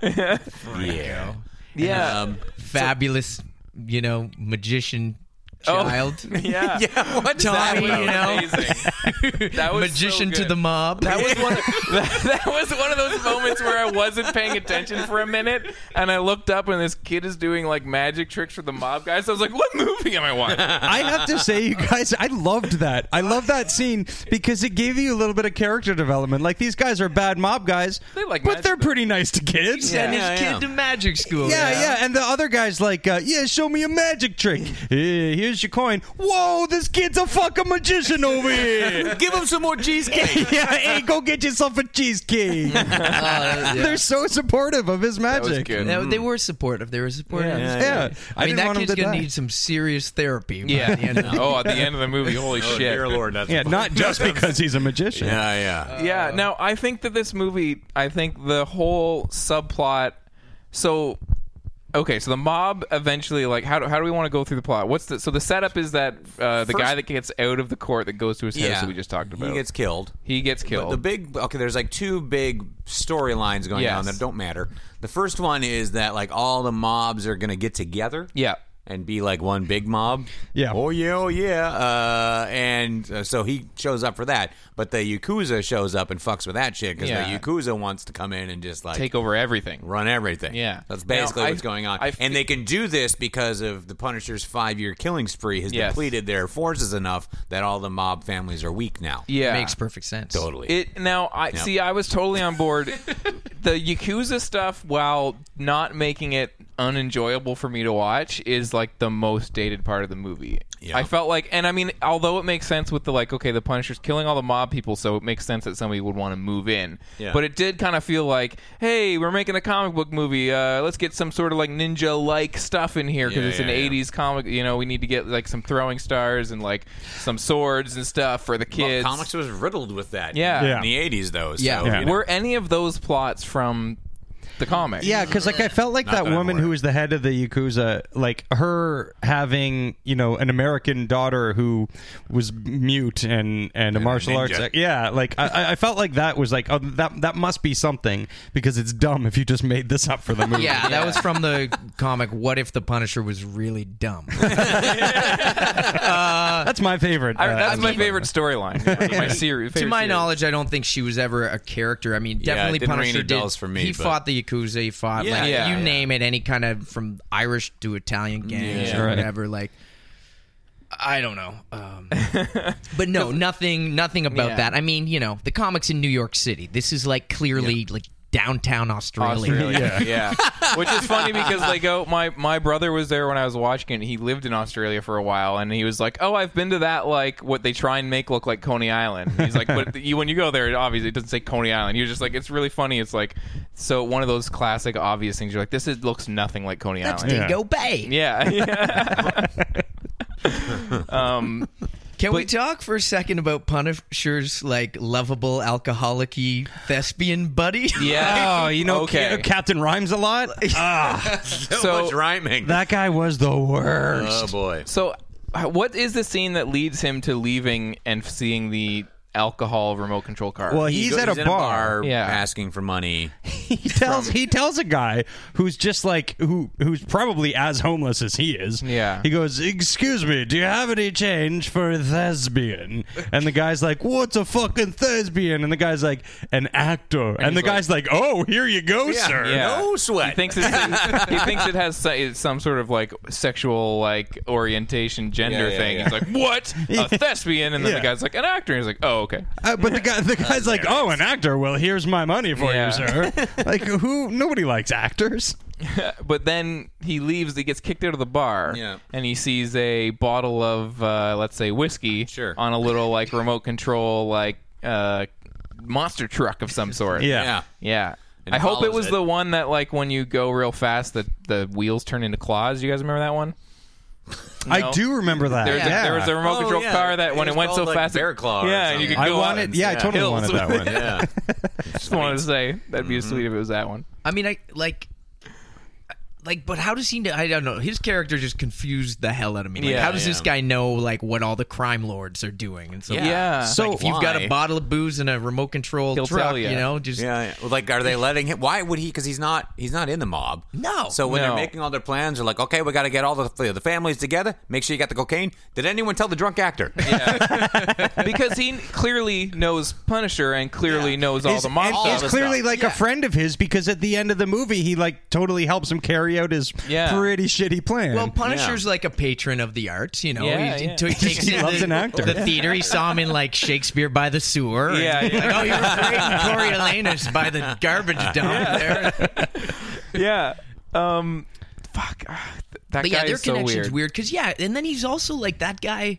S2: yeah.
S4: yeah,
S2: Um,
S5: Fabulous, you know, magician child.
S4: Oh, [laughs] yeah,
S2: yeah. What is that
S5: Tommy,
S2: about?
S5: you know,
S4: Amazing. That was so
S5: magician to
S4: good.
S5: the mob.
S4: That was one. Of, [laughs] that, that was one of those moments where I wasn't paying attention for a minute, and I looked up, and this kid is doing like magic tricks for the mob guys. I was like, "What movie am I watching?"
S3: I have to say, you guys, I loved that. I love that scene because it gave you a little bit of character development. Like these guys are bad mob guys,
S4: They like
S3: but
S4: magic,
S3: they're pretty nice to kids.
S5: Send his
S2: Yeah,
S5: kid
S2: yeah.
S5: to magic school.
S3: Yeah, yeah, and the other guy's like, uh, "Yeah, show me a magic trick. Eh, here's dish of coin. Whoa, this kid's a fucking magician over here. [laughs]
S6: Give him some more
S5: [laughs] Oh,
S6: cheesecake.
S3: yeah, hey, go get yourself a cheesecake. [laughs] They're so supportive of his
S4: That was
S3: magic.
S4: good.
S5: They, they were supportive. They were supportive.
S3: Yeah,
S5: I, mean,
S3: didn't
S5: that
S3: want him
S5: kid's
S3: to
S5: gonna
S3: die.
S5: need some serious therapy. by
S4: yeah.
S5: the end of
S2: [laughs]
S4: [laughs]
S5: it.
S4: oh, at the end of the movie, holy
S2: Oh,
S4: shit!
S2: dear Lord, that's
S3: yeah,
S2: [laughs]
S3: not
S5: [laughs]
S3: just because he's a magician.
S2: yeah, yeah.
S4: Yeah. Now I think that this movie, I think the whole subplot. So, okay, so the mob eventually, like, how do, how do we want to go through the plot? What's the so the setup is that uh, the guy that gets out of the court that goes to his house that we just talked about.
S2: He gets killed.
S4: He gets
S2: But
S4: killed.
S2: the big okay, there's like two big storylines going
S4: Yes.
S2: on that don't matter. The first one is that like all the mobs are gonna get together.
S4: yeah.
S2: And be like one big mob.
S3: Yeah.
S2: Oh yeah, oh yeah. Uh, and uh, so he shows up for that, but the yakuza shows up and fucks with that shit because
S4: Yeah.
S2: the yakuza wants to come in and just like
S4: Take over everything.
S2: run everything.
S4: Yeah.
S2: That's basically
S4: Now, I-
S2: what's going on.
S4: I fe-
S2: and they can do this because of the Punisher's five year killing spree has
S4: Yes.
S2: depleted their forces enough that all the mob families are weak now.
S4: Yeah.
S5: makes perfect sense.
S2: Totally.
S4: It now I see I was totally on board
S2: [laughs]
S4: the Yakuza stuff while not making it unenjoyable for me to watch is like the most dated part of the movie.
S2: Yeah.
S4: I felt like and I mean although it makes sense with the like okay the Punisher's killing all the mob people so it makes sense that somebody would want to move in.
S2: Yeah.
S4: But it did kind of feel like hey we're making a comic book movie uh, let's get some sort of like ninja like stuff in here because
S2: Yeah,
S4: it's an
S2: yeah, yeah.
S4: 80s comic you know we need to get like some throwing stars and like some swords and stuff for the
S2: Well,
S4: kids.
S2: comics was riddled with that.
S4: Yeah.
S3: Yeah.
S2: In the eighties though. So,
S5: Yeah.
S2: you
S3: Yeah.
S2: know.
S4: Were any of those plots from the comic?
S3: Yeah, because like I felt like that
S2: that I'm
S3: woman
S2: aware
S3: who
S2: of.
S3: was the head of the yakuza, like her having you know an American daughter who was mute and and a martial
S2: ninja.
S3: arts. Yeah, like I- I, I felt like that was like oh that that must be something because it's dumb if you just made this up for the movie.
S5: Yeah, that was from the comic. What if the Punisher was really dumb?
S3: [laughs] that's my favorite.
S4: I,
S3: uh,
S4: that's
S3: [laughs]
S4: my
S3: episode.
S4: favorite
S5: [laughs]
S4: storyline. My series.
S5: to
S4: favorite
S5: my
S4: series.
S5: knowledge, I don't think she was ever a character. I mean,
S2: Yeah, it
S5: definitely
S2: didn't ring
S5: Punisher
S2: any
S5: did.
S2: bells for me,
S5: he
S2: but-
S5: fought the Yakuza. He fought
S2: Yeah,
S5: like
S4: yeah,
S5: you
S4: yeah.
S5: name it, any kind of from Irish to Italian gangs
S2: Yeah.
S5: or
S3: Right.
S5: whatever. Like, I don't know.
S2: [laughs]
S5: Um, but no, nothing, nothing about
S4: Yeah.
S5: that. I mean, you know, the comics in New York City. This is like clearly like downtown Australia.
S4: Australia.
S3: Yeah. [laughs]
S4: yeah. Which is funny because they go my my brother was there when I was watching it. He lived in Australia for a while and he was like, "Oh, I've been to that like what they try and make look like Coney Island." He's like, "But [laughs] you when you go there, it obviously it doesn't say Coney Island." He was just like, "It's really funny. It's like so one of those classic obvious things. You're like, "This is, looks nothing like Coney
S5: [laughs] That's
S4: Island."
S5: Dingo Bay.
S4: Yeah. [laughs] um
S5: Can we talk for a second about Punisher's like lovable alcoholic thespian buddy?
S4: yeah. [laughs]
S3: Oh, you know,
S4: Okay.
S3: Ca- Captain Rhymes a lot. ah,
S2: [laughs] so,
S4: So-
S2: much rhyming.
S3: that guy was the worst.
S2: oh boy.
S4: So, h- what is the scene that leads him to leaving and seeing the alcohol remote control car?
S3: well,
S2: He
S3: he's
S2: go-
S3: at a
S2: in
S3: bar.
S4: Yeah.
S2: asking for money.
S3: he tells he tells a guy who's just like who who's probably as homeless as he is.
S4: Yeah.
S3: He goes, "Excuse me, do you have any change for a thespian?" And the guy's like, "What's a fucking thespian?" And the guy's like, "An actor." And, the
S4: he's like-
S3: guy's like, "Oh, here you go, sir."
S4: Yeah.
S2: No sweat.
S4: he thinks it's, he thinks it has si- some sort of like sexual like orientation
S2: Yeah,
S4: gender
S2: yeah,
S4: thing.
S2: yeah.
S4: He's like, "What? A thespian?" And
S3: [laughs]
S4: then
S3: Yeah.
S4: the guy's like, "An actor." And he's like, "Oh, okay."
S3: Uh, but the guy,
S4: [laughs]
S3: the guy's like, "Oh, an actor. Well, here's my money for
S4: Yeah.
S3: you, sir."
S4: [laughs]
S3: like, who? Nobody likes actors.
S4: Uh, But then he leaves. He gets kicked out of the bar,
S2: Yeah.
S4: and he sees a bottle of uh, let's say whiskey
S2: Sure.
S4: on a little like remote control like uh, monster truck
S3: [laughs]
S4: of some sort.
S3: Yeah.
S2: yeah.
S4: Yeah.
S2: And
S4: I hope it
S2: follows
S4: was
S2: it.
S4: the one that like when you go real fast that the wheels turn into claws. You guys remember that one?
S3: I
S4: No.
S3: do remember that.
S4: There was,
S3: yeah.
S4: a, there was a remote
S2: Oh,
S4: control
S2: Uh, yeah.
S4: car that
S2: It
S4: when
S2: was
S4: it went
S2: called,
S4: so
S2: like,
S4: fast, it-
S2: Bear Claw or
S4: yeah, and you could
S2: something.
S3: I
S4: go on
S3: wanted. Yeah, I
S2: Yeah.
S3: totally
S4: Hills.
S3: wanted that one.
S2: [laughs] Yeah.
S4: Just wanted to say that'd
S2: Mm-hmm.
S4: be sweet if it was
S2: [laughs]
S4: that one.
S5: I mean, I like, like, but how does he know? I don't know. His character just confused the hell out of me. Like,
S4: Yeah,
S5: how does this
S2: yeah.
S5: guy know like what all the crime lords are doing? And so,
S2: Yeah.
S4: Yeah.
S5: So
S2: Like,
S5: if you've got
S2: why?
S5: a bottle of booze and a remote control
S4: He'll
S5: truck,
S4: tell ya.
S5: you know, just
S2: Yeah, yeah. Well, like, are they letting him? Why would he? Because he's not. He's not in the mob.
S5: No.
S2: So when
S4: No.
S2: they're making all their plans, they're like, okay, we got to get all the the families together. Make sure you got the cocaine. Did anyone tell the drunk
S3: [laughs]
S2: actor?
S4: because he clearly knows Punisher and clearly knows all
S3: is-
S4: the mob
S3: and
S4: stuff.
S3: is clearly like
S2: Yeah.
S3: a friend of his because at the end of the movie he like totally helps him carry out his
S4: Yeah.
S3: pretty shitty plan.
S5: Well, Punisher's like a patron of the arts, you know.
S4: Yeah,
S5: he,
S4: yeah.
S5: he takes
S3: He
S5: in
S3: loves
S5: the,
S3: an actor.
S5: The theater, he saw him in like Shakespeare by the sewer. and
S4: Yeah, yeah.
S5: Like, oh, you were great in Coriolanus by the garbage dump there.
S4: yeah. Um, fuck. Ah, th- That
S5: But
S4: guy
S5: yeah, their
S4: is so
S5: connection's
S4: weird.
S5: weird because yeah, and then he's also like that guy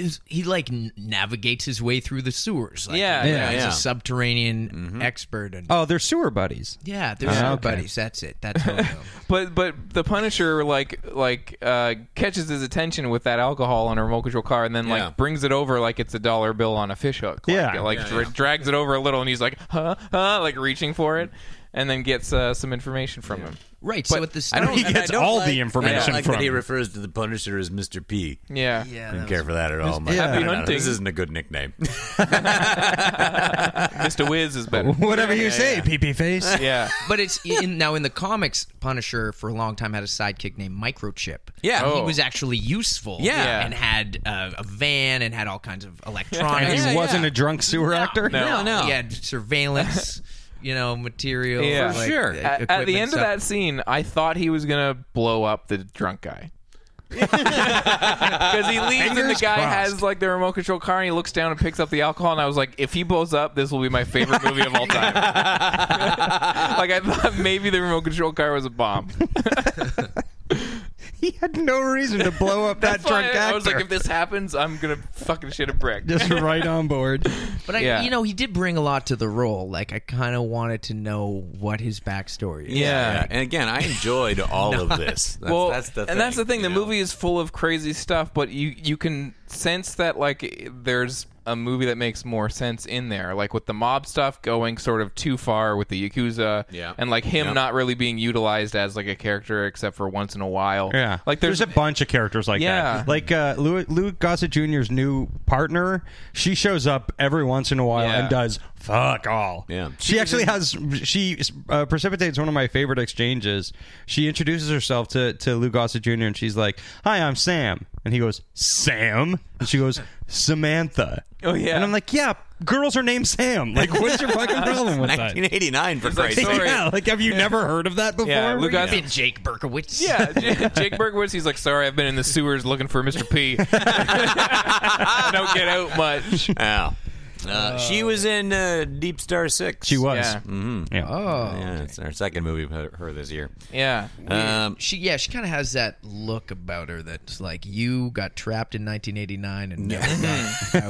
S5: is he like n- navigates his way through the sewers. Like,
S4: Yeah, Mm-hmm.
S5: you know,
S2: yeah,
S5: he's
S2: yeah.
S5: a subterranean expert. And,
S3: Oh, they're sewer buddies.
S5: yeah, there's
S3: Yeah,
S5: sewer
S3: okay.
S5: buddies. That's it.
S3: [laughs]
S5: That's how I know.
S4: But but the Punisher like like uh, catches his attention with that alcohol on a remote control car, and then like
S2: Yeah.
S4: brings it over like it's a dollar bill on a fish hook. Like,
S3: Yeah.
S4: it, like dra- drags it over a little, and he's like huh huh, like reaching for it, and then gets uh, some information from him.
S5: right. so at the
S4: I
S5: start,
S3: [laughs]
S4: don't-
S2: And I
S3: gets
S2: don't
S3: all the
S2: I don't
S3: information
S2: like
S3: from
S2: that he
S3: him.
S2: refers to the Punisher as Mr. P.
S4: Yeah.
S5: yeah,
S2: Didn't
S5: that
S2: care
S5: was-
S2: for that at all. I'm like,
S3: Happy
S2: I don't know,
S4: hunting.
S2: This isn't a good
S4: [laughs]
S2: nickname.
S4: Mr. Wiz is better.
S3: Whatever you say, PP face.
S4: Yeah.
S5: but it's in, now in the comics. Punisher for a long time had a sidekick named Microchip.
S2: Yeah.
S5: And he
S4: Oh.
S5: was actually useful.
S4: Yeah.
S5: and had uh, a van and had all kinds of electronics.
S3: And he
S2: Yeah,
S3: wasn't
S2: yeah.
S3: a drunk sewer actor.
S4: Oh,
S2: No, no.
S5: He had surveillance, [laughs] you know, material.
S4: Yeah. For
S5: like,
S2: sure.
S5: uh,
S4: At, at the
S5: equipment
S4: end of
S5: stuff.
S4: that scene, I thought he was gonna blow up the drunk guy. Because he leaves and the
S3: Fingers
S4: guy
S3: crossed.
S4: has like the remote control car and he looks down and picks up the alcohol and I was like, if he blows up, this will be my favorite movie of all time. like I thought maybe the remote control car was
S3: [laughs]
S4: a bomb.
S3: He had no reason to blow up that
S4: [laughs] That's why
S3: drunk
S4: I,
S3: actor.
S4: I was like, if this happens, I'm gonna fucking shit a
S3: [laughs]
S4: brick.
S3: Just right on board.
S5: But I,
S4: Yeah.
S5: you know, he did bring a lot to the role. Like I kind of wanted to know what his backstory is.
S2: Yeah. And again, I enjoyed all
S4: [laughs]
S2: of this. That's,
S4: well,
S2: that's the thing.
S4: and that's the thing.
S2: you
S4: The
S2: know?
S4: movie is full of crazy stuff, but you you can sense that like there's a movie that makes more sense in there, like with the mob stuff going sort of too far with the yakuza,
S2: Yeah.
S4: and like him
S2: Yeah.
S4: not really being utilized as like a character except for once in a while.
S3: Yeah,
S4: like there's,
S3: a bunch of characters like
S4: Yeah.
S3: that. Like uh, Lou, Lou Gossett Jr.'s new partner, she shows up every once in a while
S4: Yeah.
S3: and does fuck all.
S2: Yeah. [laughs]
S3: she actually has she uh, precipitates one of my favorite exchanges. She introduces herself to to Lou Gossett Jr. and she's like, "Hi, I'm Sam," and he goes, "Sam," and she goes, "Samantha."
S4: Oh, yeah.
S3: and I'm like, "Yeah, girls are named Sam. Like, what's your
S4: [laughs]
S3: fucking problem with that?"
S2: 1989 for
S4: like,
S2: Christ's
S4: sorry.
S2: sake.
S3: Yeah, like have you never heard of that before?
S4: yeah, Lou
S5: I've
S4: Gossett.
S5: been Jake
S4: [laughs]
S5: Berkowitz.
S4: Yeah, J- Jake Bergwitz. He's like, sorry, I've been in the sewers looking for Mr. P.
S3: [laughs]
S4: [laughs] Don't get out much.
S2: Ow.
S6: Uh, she was in uh, Deep Star Six.
S3: She was.
S4: Yeah, Oh.
S3: Yeah.
S2: Yeah, it's our second movie with her this year.
S4: yeah.
S2: Um,
S5: She yeah, she kind of has that look about her that's like you got trapped in 1989 and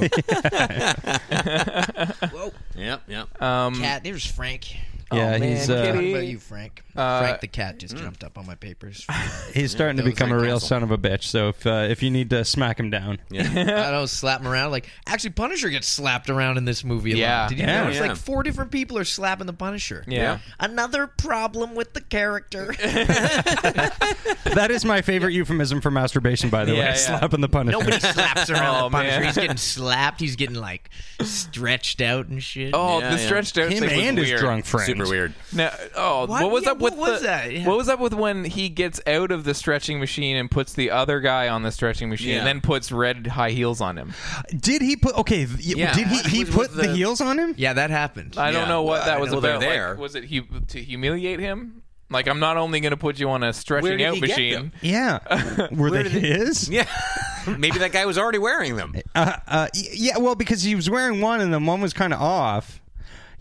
S5: never got
S4: [laughs]
S5: out. Whoa,
S2: yep, yep.
S4: Um,
S5: cat! There's Frank.
S3: Yeah,
S4: Oh,
S3: he's uh,
S5: What about you, Frank?
S4: Uh,
S5: Frank the cat just jumped up on my papers. I
S3: He's starting to
S5: That was
S3: become a
S5: like
S3: real
S5: Castle.
S3: son of a bitch. So if uh, if you need to smack him down,
S5: don't slap him around. Like actually, Punisher gets slapped around in this movie. A
S4: Yeah.
S5: lot. did you
S3: Yeah,
S5: notice?
S2: yeah.
S5: Like four different people are slapping the Punisher.
S4: Yeah.
S5: Another problem with
S4: [laughs]
S5: the character.
S3: [laughs] that is my favorite euphemism for masturbation. By the way,
S4: Yeah, yeah.
S3: slapping the punisher.
S5: Nobody slaps around
S4: Oh,
S5: the Punisher.
S4: man.
S5: He's getting slapped. He's getting like stretched out and shit.
S4: Oh,
S2: Yeah,
S4: the
S2: yeah.
S4: stretched out
S3: him
S4: thing was
S3: and his
S4: weird.
S3: drunk friend.
S2: Super weird.
S4: Now, oh,
S5: What?
S4: what, was
S5: Yeah,
S4: up with
S5: what was
S4: the-
S5: that? Yeah.
S4: What was up with when he gets out of the stretching machine and puts the other guy on the stretching machine
S2: Yeah.
S4: and then puts red high heels on him?
S3: Did he put? Okay, th-
S2: Yeah.
S3: did he
S2: What
S3: he
S2: was
S3: put
S2: with
S3: the,
S2: the-
S3: heels on him?
S5: Yeah, that happened.
S4: I don't
S2: Yeah.
S4: know what
S2: Well, I
S4: that was
S2: know they're
S4: about. Like,
S2: there.
S4: was it hu- to humiliate him? Like I'm not only going to put you on a
S2: Where
S4: stretching
S2: did
S4: out
S2: he get
S4: machine.
S2: them?
S3: Yeah,
S4: [laughs]
S3: were they his?
S2: Yeah. [laughs] Maybe that guy was already wearing them.
S3: Uh, uh, y- yeah, well, because he was wearing one and then one was kind of off.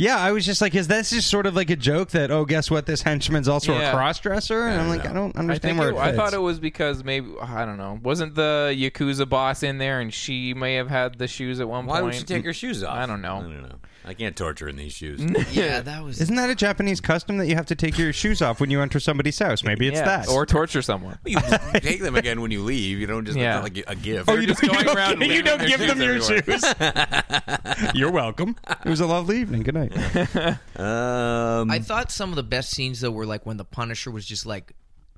S3: Yeah, I was just like, is this just sort of like a joke that oh, guess what? This henchman's also
S4: Yeah.
S3: a cross dresser, and I'm like,
S2: know.
S3: I don't
S4: I
S3: understand
S4: think
S3: where
S4: it,
S3: it
S4: I
S3: fits.
S4: thought it was because maybe I don't know. Wasn't the yakuza boss in there and she may have had the shoes at one
S2: Why
S4: point?
S2: would she take her shoes off?
S4: I don't know.
S2: I don't know. I can't torture in these
S4: [laughs]
S2: shoes.
S5: Yeah, that was.
S3: Isn't that a Japanese custom that you have to take your shoes off when you enter somebody's house? Maybe it's
S4: Yeah,
S3: that.
S4: or torture someone.
S2: you take them again when you leave. You don't just
S4: Yeah.
S2: it's not like a gift.
S3: Oh, you
S4: just
S3: don't,
S4: going
S3: you don't,
S4: around
S3: give- you
S4: leaving
S3: don't
S4: their
S3: give
S4: shoes
S3: them your
S4: [laughs]
S3: shoes. You're welcome. It was a lovely evening. Good night.
S2: um,
S5: I thought some of the best scenes though were like when the Punisher was just like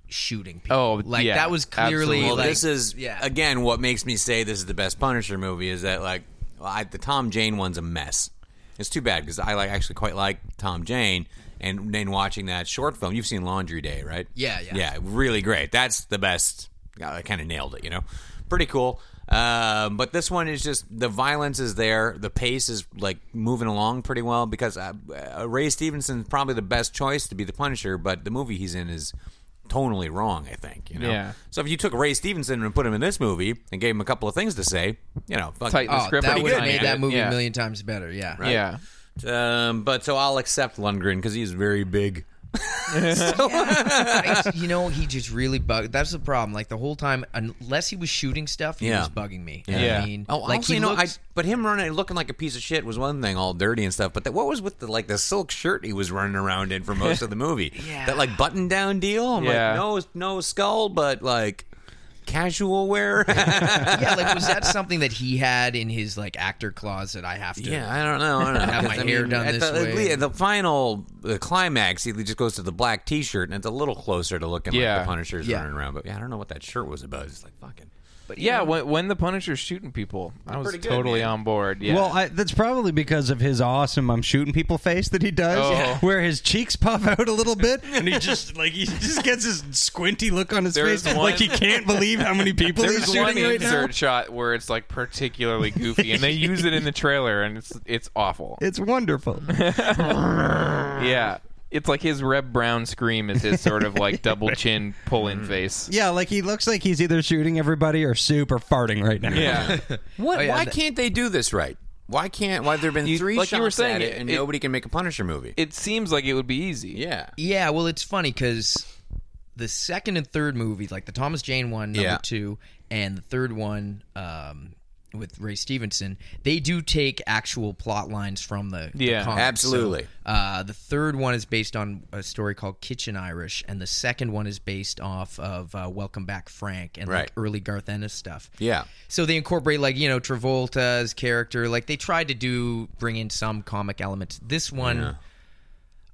S5: shooting people.
S4: Oh,
S5: like
S4: yeah,
S5: that was clearly
S4: absolutely.
S2: well,
S5: like
S2: this is
S5: yeah.
S2: again what makes me say this is the best Punisher movie is that like well, I, the Tom Jane one's a mess. It's too bad because I like actually quite like Tom Jane. And then watching that short film, you've seen Laundry Day, right?
S5: Yeah, yeah.
S2: yeah, really great. That's the best. I kind of nailed it, you know. Pretty cool. Um, but this one is just the violence is there. The pace is like moving along pretty well because uh, uh, Ray Stevenson's probably the best choice to be the Punisher, but the movie he's in is tonally wrong. I think you know.
S4: Yeah.
S2: So if you took Ray Stevenson and put him in this movie and gave him a couple of things to say, you know, fuck,
S4: Tighten the
S5: oh,
S4: script.
S5: that
S4: pretty
S5: would have
S4: good,
S5: made
S4: man.
S5: that movie
S4: Yeah.
S5: a million times better. Yeah,
S4: Yeah.
S2: Um, but so I'll accept Lundgren because he's very big. [laughs]
S5: I- you know, he just really bugged. That's the problem. Like the whole time, unless he was shooting stuff, he
S2: Yeah.
S5: was bugging me. You
S4: Yeah.
S5: know what
S4: Yeah.
S5: I mean,
S2: Oh,
S5: like
S2: also,
S5: he
S2: you know, I,
S5: looks-
S2: but him running, looking like a piece of shit was one thing, all dirty and stuff. But that, what was with the like the silk shirt he was running around in for most of the [laughs] movie?
S5: Yeah.
S2: that like button down deal. I'm
S4: Yeah.
S2: like, no, no skull, but like casual wear. [laughs]
S5: [laughs] yeah, like was that something that he had in his like actor closet? I have to.
S2: yeah, I don't know. I [laughs] don't know.
S5: Have
S2: 'Cause,
S5: my
S2: I
S5: hair
S2: mean,
S5: done
S2: at
S5: this
S2: the,
S5: way.
S2: At the final, the climax, he just goes to the black T-shirt, and it's a little closer to looking like
S4: Yeah.
S2: the Punisher's
S5: Yeah.
S2: running around. But yeah, I don't know what that shirt was about. It's like fucking.
S4: But yeah, when, when the Punisher's shooting people, I was
S2: pretty good,
S4: totally
S2: man.
S4: on board. Yeah.
S3: Well, I, that's probably because of his awesome "I'm shooting people" face that he does,
S4: Oh. Yeah.
S3: where his cheeks puff out a little bit, [laughs] and he just like he just gets this squinty look on his
S4: There's
S3: face,
S4: one-
S3: like he can't believe how many people he's
S4: There's one
S3: shooting right now.
S4: insert shot where it's like particularly goofy, and they use it in the trailer, and it's it's awful.
S3: It's [laughs] wonderful.
S4: yeah, it's like his Reb Brown scream is his sort of like double chin pull in face.
S3: yeah, like he looks like he's either shooting everybody or soup or farting right now.
S4: Yeah,
S2: What?
S5: yeah,
S2: why
S5: the-
S2: can't they do this right? Why can't? Why have there been
S4: You-
S2: three
S4: like
S2: shots
S4: you were saying,
S2: at it, and
S4: it-
S2: nobody can make a Punisher movie?
S4: it seems like it would be easy.
S2: yeah.
S5: Yeah, well, it's funny because the second and third movies, like the Thomas Jane one, number
S2: Yeah.
S5: two, and the third one um, with Ray Stevenson, they do take actual plot lines from the the
S4: Yeah,
S5: comics.
S2: absolutely.
S5: So, uh, the third one is based on a story called Kitchen Irish, and the second one is based off of uh, Welcome Back Frank and
S2: Right.
S5: like early Garth Ennis stuff.
S2: Yeah.
S5: So they incorporate like you know Travolta's character. Like they tried to do bring in some comic elements. This one,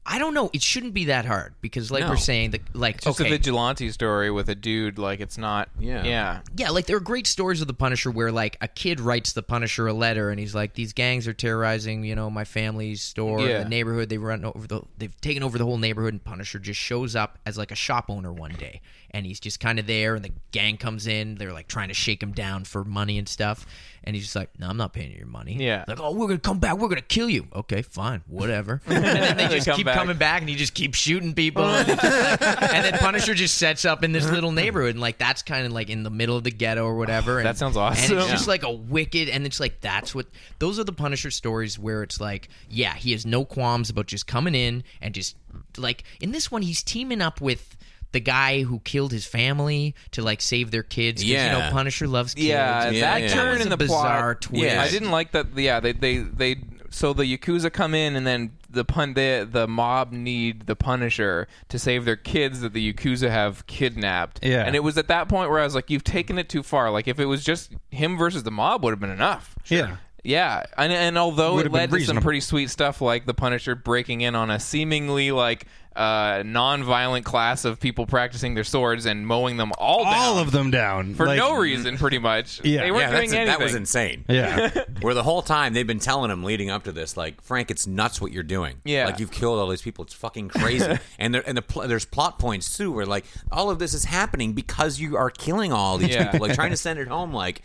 S5: I don't know. It shouldn't be that hard because like
S2: No.
S5: we're saying, the, like
S4: Just
S5: okay,
S4: a vigilante story with a dude like it's not.
S2: Yeah.
S4: yeah,
S5: yeah, like there are great stories of the Punisher where like a kid writes the Punisher a letter and he's like, "These gangs are terrorizing, you know, my family's store,
S4: Yeah.
S5: the neighborhood. They run over the, they've taken over the whole neighborhood." And Punisher just shows up as like a shop owner one day, and he's just kind of there. And the gang comes in, they're like trying to shake him down for money and stuff, and he's just like, "No, I'm not paying you your money."
S4: Yeah.
S5: like, "Oh, we're gonna come back, we're gonna kill you." Okay, fine, whatever. [laughs] and then they
S4: They
S5: just
S4: come
S5: keep
S4: back.
S5: coming back, and he just keeps shooting people. and it's just like- and then Punisher just sets up in this little neighborhood, and like that's kind of like in the middle of the ghetto or whatever. and-
S4: That sounds
S5: And
S4: awesome.
S5: it's just like a wicked, and it's like that's what those are the Punisher stories where it's like, yeah, he has no qualms about just coming in and just like in this one, he's teaming up with. The guy who killed his family to like save their kids. 'cause, you
S2: Yeah.
S5: know Punisher loves kids.
S2: Yeah,
S4: yeah. that
S2: yeah. That
S4: turn
S2: was
S5: It's
S4: in
S5: a
S4: the
S5: bizarre
S4: plot.
S5: twist.
S2: Yeah.
S4: I didn't like that. Yeah, they they they. So the yakuza come in, and then the pun the the mob need the Punisher to save their kids that the yakuza have kidnapped.
S3: Yeah.
S4: and it was at that point where I was like, "You've taken it too far." Like if it was just him versus the mob, would have been enough.
S3: Yeah.
S4: Yeah, and, and although
S3: Would
S4: it
S3: have been
S4: led to some
S3: reasonable.
S4: pretty sweet stuff, like the Punisher breaking in on a seemingly like uh, non-violent class of people practicing their swords and mowing them all,
S3: All
S4: down
S3: of them down
S4: for
S3: Like, mm-hmm.
S4: no reason, pretty much.
S3: Yeah.
S4: they
S2: Yeah, that's
S4: weren't doing anything.
S2: that was insane.
S3: [laughs] Yeah.
S2: Where the whole time they've been telling him leading up to this, like Frank, it's nuts what you're doing.
S4: Yeah.
S2: like you've killed all these people. It's fucking
S4: [laughs]
S2: crazy. and there, and the pl- there's plot points too, where like all of this is happening because you are killing all these
S4: Yeah.
S2: people. Like
S4: [laughs]
S2: trying to send it home, like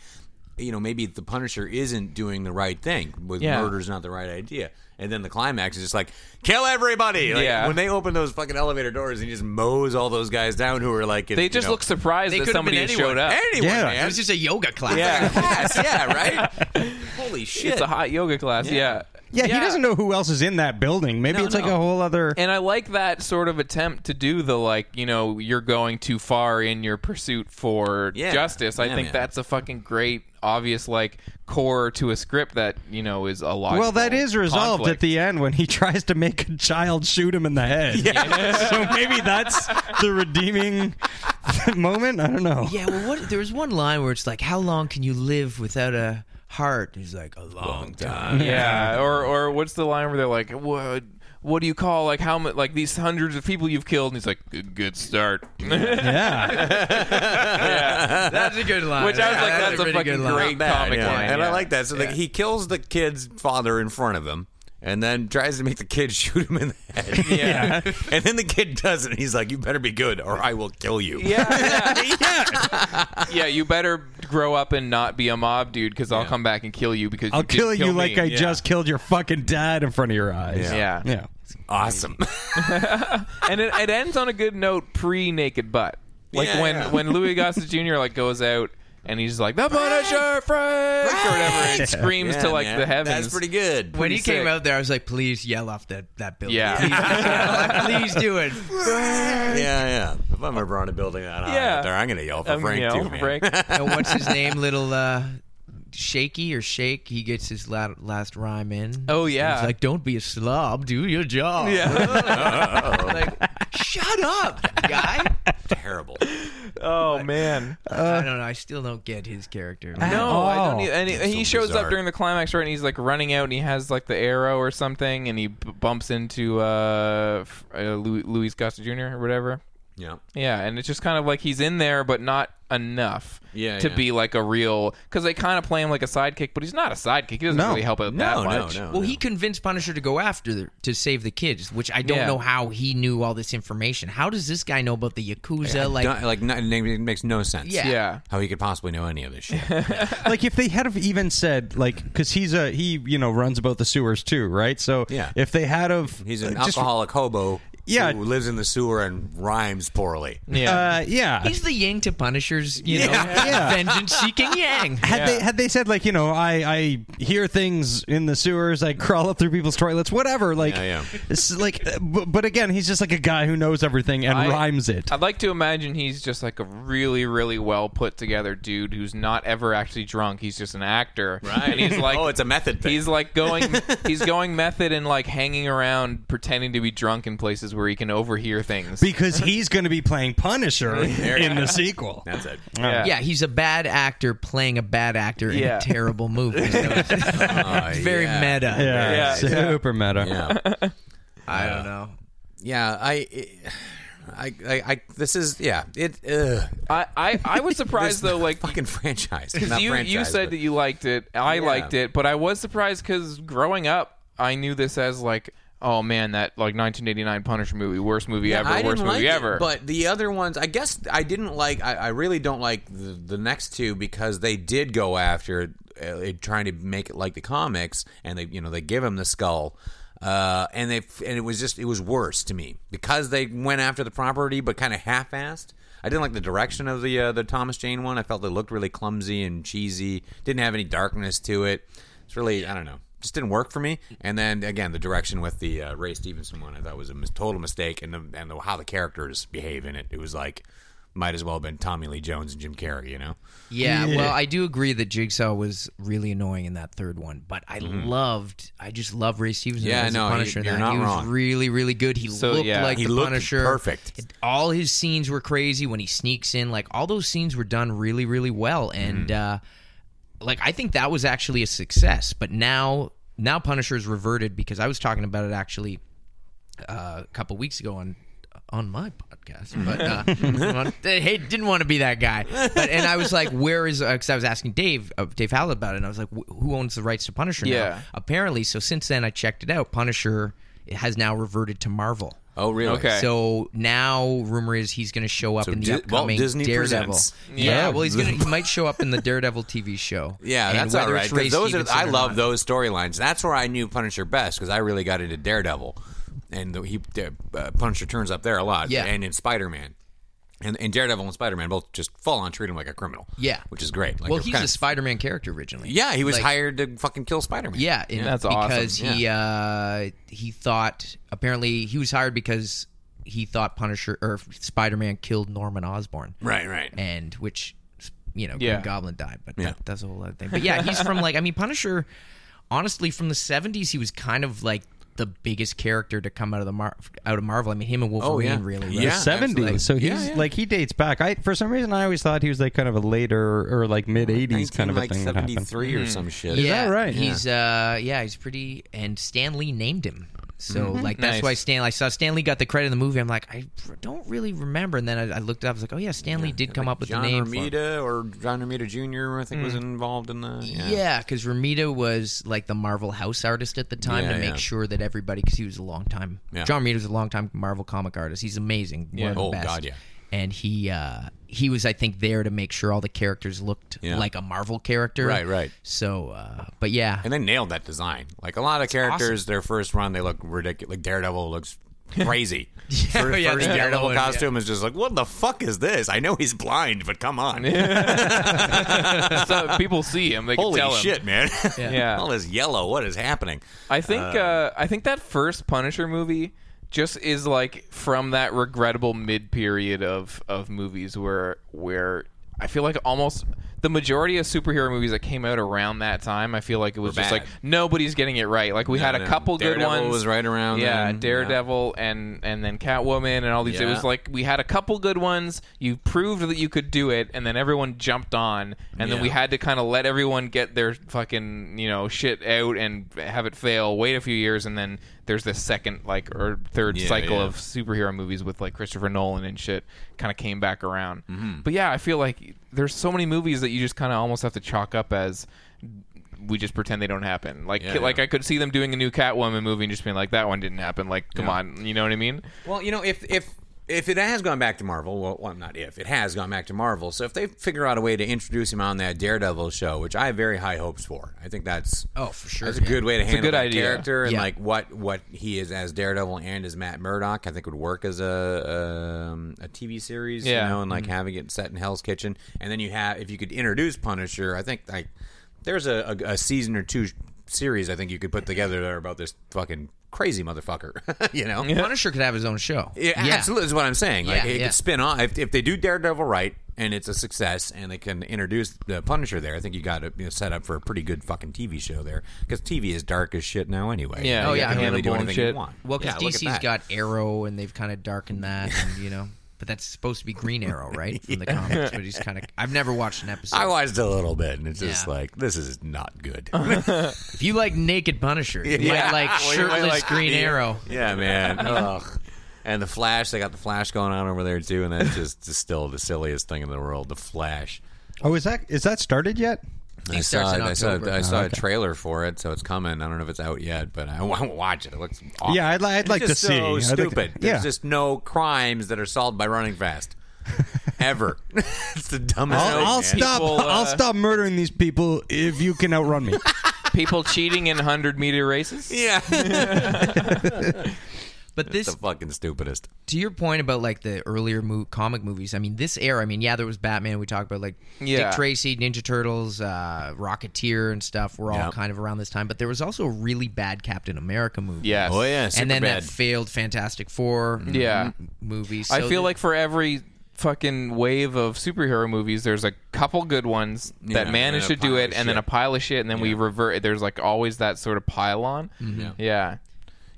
S2: you know maybe the Punisher isn't doing the right thing. With
S4: Yeah.
S2: murder's not the right idea. And then the climax is just like kill everybody. Like,
S4: Yeah.
S2: when they open those fucking elevator doors, and he just mows all those guys down who are like in,
S4: They
S2: you
S4: just
S2: know,
S4: look surprised
S5: They
S4: that
S5: could've
S4: somebody
S5: been
S4: has
S5: anyone.
S4: showed up.
S2: anyone.
S3: Yeah.
S5: It
S2: man.
S5: was just a yoga class.
S2: Yeah, class, yeah,
S4: [laughs]
S2: right. Holy shit!
S4: It's a hot yoga class. Yeah.
S3: yeah, he doesn't know who else is in that building. Maybe
S2: No,
S3: it's like
S2: no.
S3: a whole other.
S4: And I like that sort of attempt to do the like, you know, you're going too far in your pursuit for
S2: Yeah.
S4: justice. I
S2: Yeah,
S4: think
S2: man.
S4: that's a fucking great, obvious like core to a script that you know is a lot.
S3: Well, that is resolved at the end when he [laughs] tries to make a child shoot him in the head. [laughs] so maybe that's the redeeming [laughs] moment. I don't know.
S5: Yeah, well, what, there was one line where it's like, "How long can you live without a heart?" He's like, "A long time."
S4: yeah. Or or what's the line where they're like, what? What do you call like how much like these hundreds of people you've killed? And he's like, good, good start.
S2: [laughs]
S3: Yeah.
S5: That's a good line.
S4: Which I was like, that's a
S5: pretty
S4: fucking
S5: good line.
S4: great comic line.
S2: and
S4: yeah.
S2: I like that. So like, he kills the kid's father in front of him, and then tries to make the kid [laughs] shoot him in the head.
S4: [laughs] Yeah.
S2: and then the kid does it. And he's like, "You better be good, or I will kill you."
S4: [laughs] Yeah, yeah. Yeah, you better grow up and not be a mob dude because I'll come back and kill you because
S3: I'll
S4: you did
S3: kill you
S4: me.
S3: like I just killed your fucking dad in front of your eyes.
S4: Yeah.
S3: Yeah.
S2: Awesome.
S4: and it, it ends on a good note pre naked butt. Like
S2: Yeah,
S4: when
S2: yeah.
S4: when Louis Gossett Jr. like goes out and he's like the Punisher, Frank, or whatever, and screams to
S2: Yeah,
S4: like
S2: man.
S4: the heavens.
S2: That's pretty good.
S5: when he
S4: pretty
S5: came
S4: sick.
S5: out there, I was like, "Please yell off that that building!
S4: Yeah.
S5: [laughs] Please, just yell. Please do it!"
S2: yeah, yeah. If I'm ever on a building that high
S4: Yeah.
S2: up there, I'm gonna yell
S4: [laughs]
S2: for
S4: I'm
S2: Frank
S4: gonna yell
S2: too,
S4: for
S2: man.
S4: Frank.
S5: [laughs] And what's his name? Little uh, Shaky or Shake? He gets his la- last rhyme in.
S4: Oh, yeah.
S5: he's like, "Don't be a slob. Do your
S2: [laughs]
S5: job."
S4: [laughs]
S2: Oh,
S5: like, [laughs] shut up, guy.
S2: terrible.
S4: oh man.
S5: I don't know. I still don't get his character.
S4: No, I don't. Either. And he,
S2: That's
S4: he
S2: so
S4: shows
S2: bizarre.
S4: up during the climax, right? And he's like running out, and he has like the arrow or something, and he b- bumps into uh, f- uh Louis, Louis Gossett Jr. or whatever.
S2: Yeah.
S4: Yeah, and it's just kind of like he's in there, but not enough
S2: Yeah,
S4: to
S2: yeah.
S4: be like a real. Because they kind of play him like a sidekick, but he's not a sidekick. He doesn't
S3: No.
S4: really help out
S2: No,
S4: that
S2: no,
S4: much.
S2: no.
S5: Well, he convinced Punisher to go after the, to save the kids, which I don't
S4: Yeah.
S5: know how he knew all this information. How does this guy know about the yakuza? like,
S2: Don't- like no, it makes no sense.
S5: Yeah.
S4: Yeah.
S2: How he could possibly know any of this
S4: [laughs]
S2: shit.
S3: like if they had have even said like because he's a he you know runs about the sewers too right so
S2: Yeah.
S3: if they had of
S2: He's an
S3: uh, just-
S2: alcoholic hobo
S3: Yeah.
S2: who lives in the sewer and rhymes poorly.
S3: uh, yeah
S5: he's the Yang to Punisher's, you know,
S3: Yeah, yeah.
S5: vengeance-seeking Yang.
S3: had they had they said like you know I I hear things in the sewers I crawl up through people's toilets whatever like
S2: Yeah, yeah.
S3: it's like uh, bu- but again he's just like a guy who knows everything and
S4: I-
S3: rhymes it
S4: I'd like to imagine he's just like a really, really well put together dude who's not ever actually drunk. He's just an actor, right?
S2: [laughs]
S4: And he's like,
S2: Oh, it's a method thing.
S4: He's like going, he's going method and like hanging around pretending to be drunk in places where he can overhear things.
S3: because he's going to be playing Punisher
S2: [laughs]
S3: in the sequel.
S2: [laughs] That's it.
S4: yeah.
S5: Yeah, he's a bad actor playing a bad actor in
S4: Yeah.
S5: a terrible movie. So
S4: [laughs]
S5: it's
S2: Oh,
S5: very
S2: yeah.
S5: meta.
S3: Yeah,
S4: Yeah,
S3: super meta.
S4: [laughs]
S2: Yeah.
S5: I don't know.
S2: Yeah. I. I, I, I, this is yeah. It ugh.
S4: I, I, I
S2: [laughs]
S4: was surprised though, like [laughs]
S2: fucking [laughs] franchise.
S4: because
S2: Not
S4: you,
S2: franchise,
S4: you said
S2: but-
S4: that you liked it. I liked it, but I was surprised because growing up, I knew this as like, oh man, that like 1989 Punisher movie, worst movie ever,
S2: I
S4: worst
S2: didn't like
S4: movie
S2: it,
S4: ever.
S2: But the other ones, I guess I didn't like. I, I really don't like the, the next two because they did go after uh, it, trying to make it like the comics, and they you know they give him the skull. Uh, and they and it was just it was worse to me because they went after the property but kind of half-assed. I didn't like the direction of the uh, the Thomas Jane one. I felt it looked really clumsy and cheesy. Didn't have any darkness to it. It's really I don't know just didn't work for me. And then again, the direction with the uh, Ray Stevenson one, I thought was a mis- total mistake, and the, and the, how the characters behave in it, it was like might as well have been Tommy Lee Jones and Jim Carrey, you know?
S5: Yeah, well, I do agree that Jigsaw was really annoying in that third one, but I loved, I just love Ray Stevenson
S2: Mm-hmm. Yeah,
S5: as
S2: no,
S5: the
S2: you-
S5: Punisher. in
S2: you're
S5: that.
S2: not
S5: he
S2: wrong.
S5: was really, really good. He
S4: So,
S5: looked
S4: yeah.
S5: like
S2: He
S5: the
S2: looked
S5: Punisher.
S2: perfect.
S5: All his scenes were crazy when he sneaks in. Like all those scenes were done really, really well,
S2: Mm-hmm.
S5: and uh, like I think that was actually a success. But now, now Punisher's reverted because I was talking about it actually uh, a couple weeks ago on on my podcast, but uh, [laughs] on- hey, didn't want to be that guy. But, and I was like, "Where is?" Because I was asking Dave uh, Dave Howlett about it, and I was like, "Wh- "Who owns the rights to Punisher?" now?"
S4: Yeah.
S5: apparently. So since then, I checked it out. Punisher has now reverted to Marvel.
S2: Oh, really?
S4: Okay.
S5: So now, rumor is he's going to show up
S2: So
S5: in the
S2: Di- Walt
S5: upcoming
S2: Disney
S5: Daredevil.
S2: presents.
S5: Yeah. well, he's going to he might show up in the Daredevil TV show.
S2: Yeah,
S5: And
S2: that's
S5: whether
S2: all right.
S5: it's
S2: 'cause
S5: Ray
S2: Those are,
S5: Stevenson
S2: I
S5: or
S2: love
S5: not.
S2: those storylines. That's where I knew Punisher best because I really got into Daredevil, and the, he uh, Punisher turns up there a lot.
S5: Yeah.
S2: and in Spider Man. And, and Daredevil and Spider Man both just full on treat him like a criminal.
S5: Yeah.
S2: which is great. Like,
S5: Well,
S2: they're
S5: he's
S2: kind
S5: a
S2: of-
S5: Spider-Man character originally.
S2: Yeah, he was
S5: Like-
S2: hired to fucking kill Spider Man.
S5: Yeah, and
S4: That's awesome.
S5: because he uh, he thought apparently he was hired because he thought Punisher or Spider Man killed Norman Osborn,
S2: right, right.
S5: and which you know
S4: Yeah.
S5: Green Goblin died, but that, that's a whole other thing. But yeah, he's from like I mean Punisher. Honestly, from the '70s, he was kind of like the biggest character to come out of the Mar- out of Marvel. I mean, him and
S4: Oh,
S5: Wolverine
S2: yeah.
S5: really.
S2: Yeah.
S5: right?
S2: absolutely.
S3: seventies. So he's
S2: Yeah, yeah.
S3: like he dates back. I for some reason I always thought he was like kind of a later or like mid eighties kind of a
S2: like
S3: thing that
S2: seventy
S3: happened.
S2: three or some shit.
S5: Hmm. Yeah,
S3: that right?
S5: He's uh, yeah, he's pretty. And Stan Lee named him, so
S2: Mm-hmm.
S5: like that's
S4: Nice.
S5: why Stan. I saw Stan Lee got the credit in the movie. I'm like, I don't really remember. And then I, I looked it up. I was like, oh yeah, Stan Lee did come up with
S2: John
S5: the name. for him.
S2: Romita or John Romita Jr. I think was involved in the
S5: Yeah, because Romita was like the Marvel house artist at the time
S2: Yeah,
S5: to make
S2: yeah.
S5: sure that everybody, because he was a long time.
S2: Yeah.
S5: John Romita was a long time Marvel comic artist. He's amazing. One of the
S2: Oh,
S5: best.
S2: God, yeah.
S5: And he uh, he was, I think, there to make sure all the characters looked
S2: Yeah.
S5: like a Marvel character.
S2: Right, right.
S5: So, uh, but yeah,
S4: [laughs]
S2: and they nailed that design. Like a lot of characters, their first run they look ridiculous. Like Daredevil looks crazy.
S5: [laughs] Yeah,
S2: Fir-
S5: yeah, the
S2: first
S5: yellow
S2: Daredevil
S5: one, yeah.
S2: costume is just like, what the fuck is this? I know he's blind, but come
S4: [laughs]
S2: on,
S4: So people see him. They
S2: [laughs]
S4: can
S2: holy
S4: tell him.
S2: shit, man!
S4: [laughs] Yeah.
S2: [laughs] all this yellow. What is happening?
S4: I think
S2: Um,
S4: uh, I think that first Punisher movie just is like from that regrettable mid period of of movies where where I feel like almost the majority of superhero movies that came out around that time, I feel like it was
S2: Were
S4: just
S2: bad.
S4: like nobody's getting it right. Like we had a
S2: no,
S4: couple
S2: Daredevil
S4: good ones.
S2: was right around
S4: Yeah,
S2: then, yeah.
S4: Daredevil and and then Catwoman and all these. It
S2: Yeah.
S4: was like we had a couple good ones. You proved that you could do it, and then everyone jumped on, and then we
S2: Yeah.
S4: had had to kind of let everyone get their fucking you know shit out and have it fail. Wait a few years, and then there's this second like or third
S2: Yeah,
S4: cycle
S2: yeah.
S4: of superhero movies with like Christopher Nolan and shit. Kind of came back around.
S2: Mm-hmm.
S4: But yeah, I feel like there's so many movies that you just kind of almost have to chalk up as. We just pretend they don't happen. Like,
S2: Yeah,
S4: like
S2: yeah.
S4: I could see them doing a new Catwoman movie and just being like, "That one didn't happen." Like, come on, you know what I
S2: [laughs]
S4: mean?
S2: Well, you know, if if if it has gone back to Marvel, well, well, not if it has gone back to Marvel. So if they figure out a way to introduce him on that Daredevil show, which I have very high hopes for, I think that's
S5: Oh, for sure,
S2: That's a
S5: yeah.
S2: good way to handle
S4: good
S2: that
S4: idea.
S2: character and
S5: Yeah.
S2: like what what he is as Daredevil and as Matt Murdock. I think would work as a um, a TV series,
S4: Yeah.
S2: you know, and like having it set in Hell's Kitchen, and then you have if you could introduce Punisher. I think like there's a, a, a season or two series I think you could put together there about this fucking crazy motherfucker, [laughs] you know.
S5: Punisher could have his own show.
S2: Yeah, absolutely is what I'm saying. Like
S5: Yeah,
S2: it
S5: yeah.
S2: could spin off if, if they do Daredevil right and it's a success and they can introduce the Punisher there. I think you got it you know, set up for a pretty good fucking TV show there because TV is dark as shit now anyway.
S4: Yeah,
S5: oh,
S2: you
S5: yeah,
S2: can really do
S4: Hannibal and
S2: anything you
S4: shit.
S2: want.
S5: Well, because
S2: Yeah, look at
S5: DC's
S2: that.
S5: got Arrow, and they've kind of darkened that, and, you know. But that's supposed to be Green
S2: [laughs]
S5: Arrow, right, from the comics. But he's kind of. I've never watched an episode.
S2: I watched a little bit and it's just
S5: Yeah.
S2: like this is not
S5: [laughs]
S2: good.
S5: if you like naked Punisher, you
S2: [laughs] Yeah. [laughs]
S5: might like
S2: Well, you might
S5: shirtless
S2: like-
S5: Green
S2: Yeah.
S5: Arrow.
S2: yeah, man. Ugh. And the Flash, they got the Flash going on over there too, and that's just, just still the silliest thing in the world. The Flash.
S3: Oh, is that is that started yet?
S2: I
S5: It starts
S2: saw,
S5: in
S2: I saw,
S5: October.
S2: I saw a trailer for it, so it's coming. I don't know if it's out yet, but I [laughs] won't watch it. It looks awful.
S3: Yeah, I'd, li- I'd
S2: It's
S3: like to
S2: just
S3: see.
S2: so
S3: I'd like to-
S2: stupid. There's
S3: yeah.
S2: just no crimes that are solved by running
S3: [laughs]
S2: fast, ever. [laughs] it's the dumbest.
S3: I'll,
S2: thing,
S3: I'll
S2: man.
S3: stop.
S4: People, uh,
S3: I'll stop murdering these people if you can outrun me.
S4: People cheating in hundred meter
S2: [laughs]
S4: races.
S2: Yeah,
S5: But this
S2: the fucking stupidest.
S5: to your point about like the earlier mo- comic movies, I mean, this era, I mean, yeah, there was Batman. We talked about like
S4: Yeah.
S5: Dick Tracy, Ninja Turtles, uh, Rocketeer, and stuff. We're all
S2: Yeah.
S5: kind of around this time. But there was also a really bad Captain America movie.
S4: Yes.
S2: Oh yeah, super
S5: and then
S2: bad.
S5: that failed Fantastic Four.
S4: Yeah.
S5: m- movie.
S4: I feel
S5: So the-
S4: like for every fucking wave of superhero movies, there's a couple good ones that
S2: Yeah, and
S4: manage to
S2: a
S4: do
S2: pile
S4: it,
S2: of
S4: and then a
S2: shit.
S4: pile of shit, and then we revert. it. There's like always that sort of pile on.
S2: Mm-hmm.
S4: Yeah. yeah.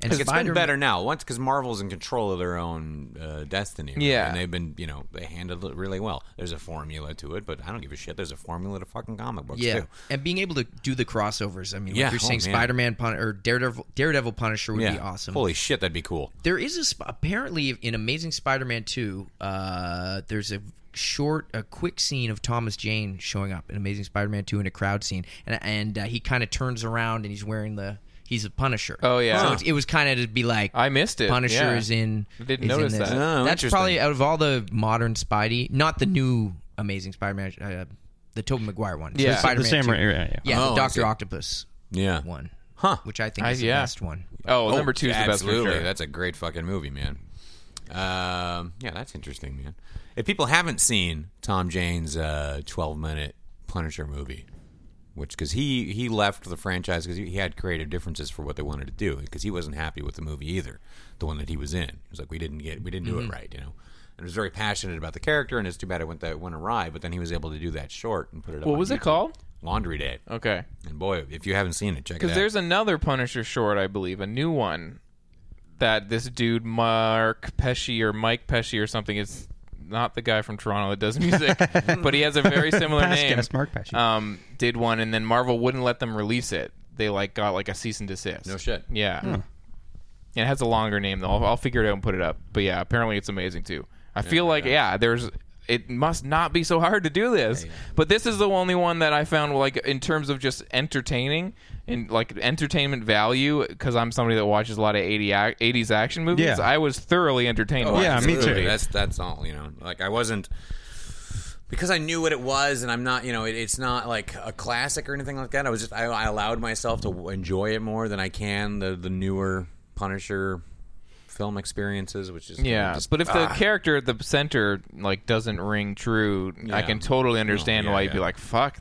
S5: and
S2: It's been
S5: Spider-Man-
S2: better now. Once because Marvel's in control of their own uh, destiny. right?
S4: Yeah.
S2: and they've been you know they handled it really well. There's a formula to it, but I don't give a shit. There's a formula to fucking comic books
S5: Yeah,
S2: too.
S5: and being able to do the crossovers. I mean, like
S2: Yeah,
S5: you're
S2: oh,
S5: saying
S2: man.
S5: Spider-Man Pun- or Daredevil, Daredevil Punisher would
S2: Yeah,
S5: be awesome.
S2: Holy shit, that'd be cool.
S5: There is a sp- apparently in Amazing Spider-Man two. Uh, there's a short, a quick scene of Thomas Jane showing up in Amazing Spider-Man two in a crowd scene, and and uh, he kind of turns around and he's wearing the he's a Punisher.
S4: Oh, yeah.
S5: so
S4: Huh.
S5: it, it was kind of to be like
S4: I missed it,
S5: Punisher
S4: yeah.
S5: is in.
S4: I didn't
S5: is in
S4: notice
S5: this.
S4: that.
S2: Oh,
S5: That's
S2: interesting.
S5: probably out of all the modern Spidey, not the new Amazing Spider-Man, uh, the Tobey Maguire one.
S4: Yeah. The
S3: the
S5: Spider-Man
S3: Sam
S5: 2.
S3: Ra- yeah, yeah.
S5: Yeah,
S2: Oh, I
S5: the Doctor
S2: see.
S5: Octopus
S2: Yeah.
S5: one.
S2: Huh.
S5: Which I think
S4: I-
S5: is the
S4: yeah.
S5: best one.
S4: Oh, number two is the best. for
S2: Absolutely,
S4: sure.
S2: that's a great fucking movie, man. Um, yeah, that's interesting, man. If people haven't seen Tom Jane's uh, twelve-minute Punisher movie, which because he he left the franchise because he, he had creative differences for what they wanted to do because he wasn't happy with the movie either, the one that he was in. He was like, we didn't get, we didn't
S4: Mm-hmm.
S2: do it right, you know. And he was very passionate about the character, and it's too bad it went that went awry. But then he was able to do that short and put it. up
S4: What
S2: on
S4: was it
S2: YouTube.
S4: called?
S2: Laundry Day.
S4: Okay.
S2: And boy, if you haven't seen it, check it out.
S4: Because there's another Punisher short, I believe, a new one that this dude Mark Pesci or Mike Pesci or something is not the guy from Toronto that does
S2: [laughs]
S4: music, but he has a very similar
S3: Past
S4: name.
S3: guest, Mark Pesci.
S4: Um, did one, and then Marvel wouldn't let them release it. They like got like a cease and desist.
S2: No shit.
S4: Yeah.
S3: Hmm.
S4: It has a longer name though. I'll, I'll figure it out and put it up. But yeah, apparently it's amazing too. I feel like yeah, there's it must not be so hard to do this. But this is the only one that I found like in terms of just entertaining and like entertainment value because I'm somebody that watches a lot of 80 ac- 80s action movies.
S3: Yeah.
S4: I was thoroughly entertained. watching
S3: yeah,
S4: this
S3: me too.
S4: movie.
S2: Oh, That's that's all. You know, like I wasn't because I knew what it was, and I'm not. You know, it, it's not like a classic or anything like that. I was just I, I allowed myself to enjoy it more than I can the the newer Punisher film experiences, which is
S4: Yeah, but if
S2: ah.
S4: the character at the center like doesn't ring true, I
S2: Yeah.
S4: can totally understand
S2: yeah,
S4: why you'd
S2: yeah.
S4: be like, "Fuck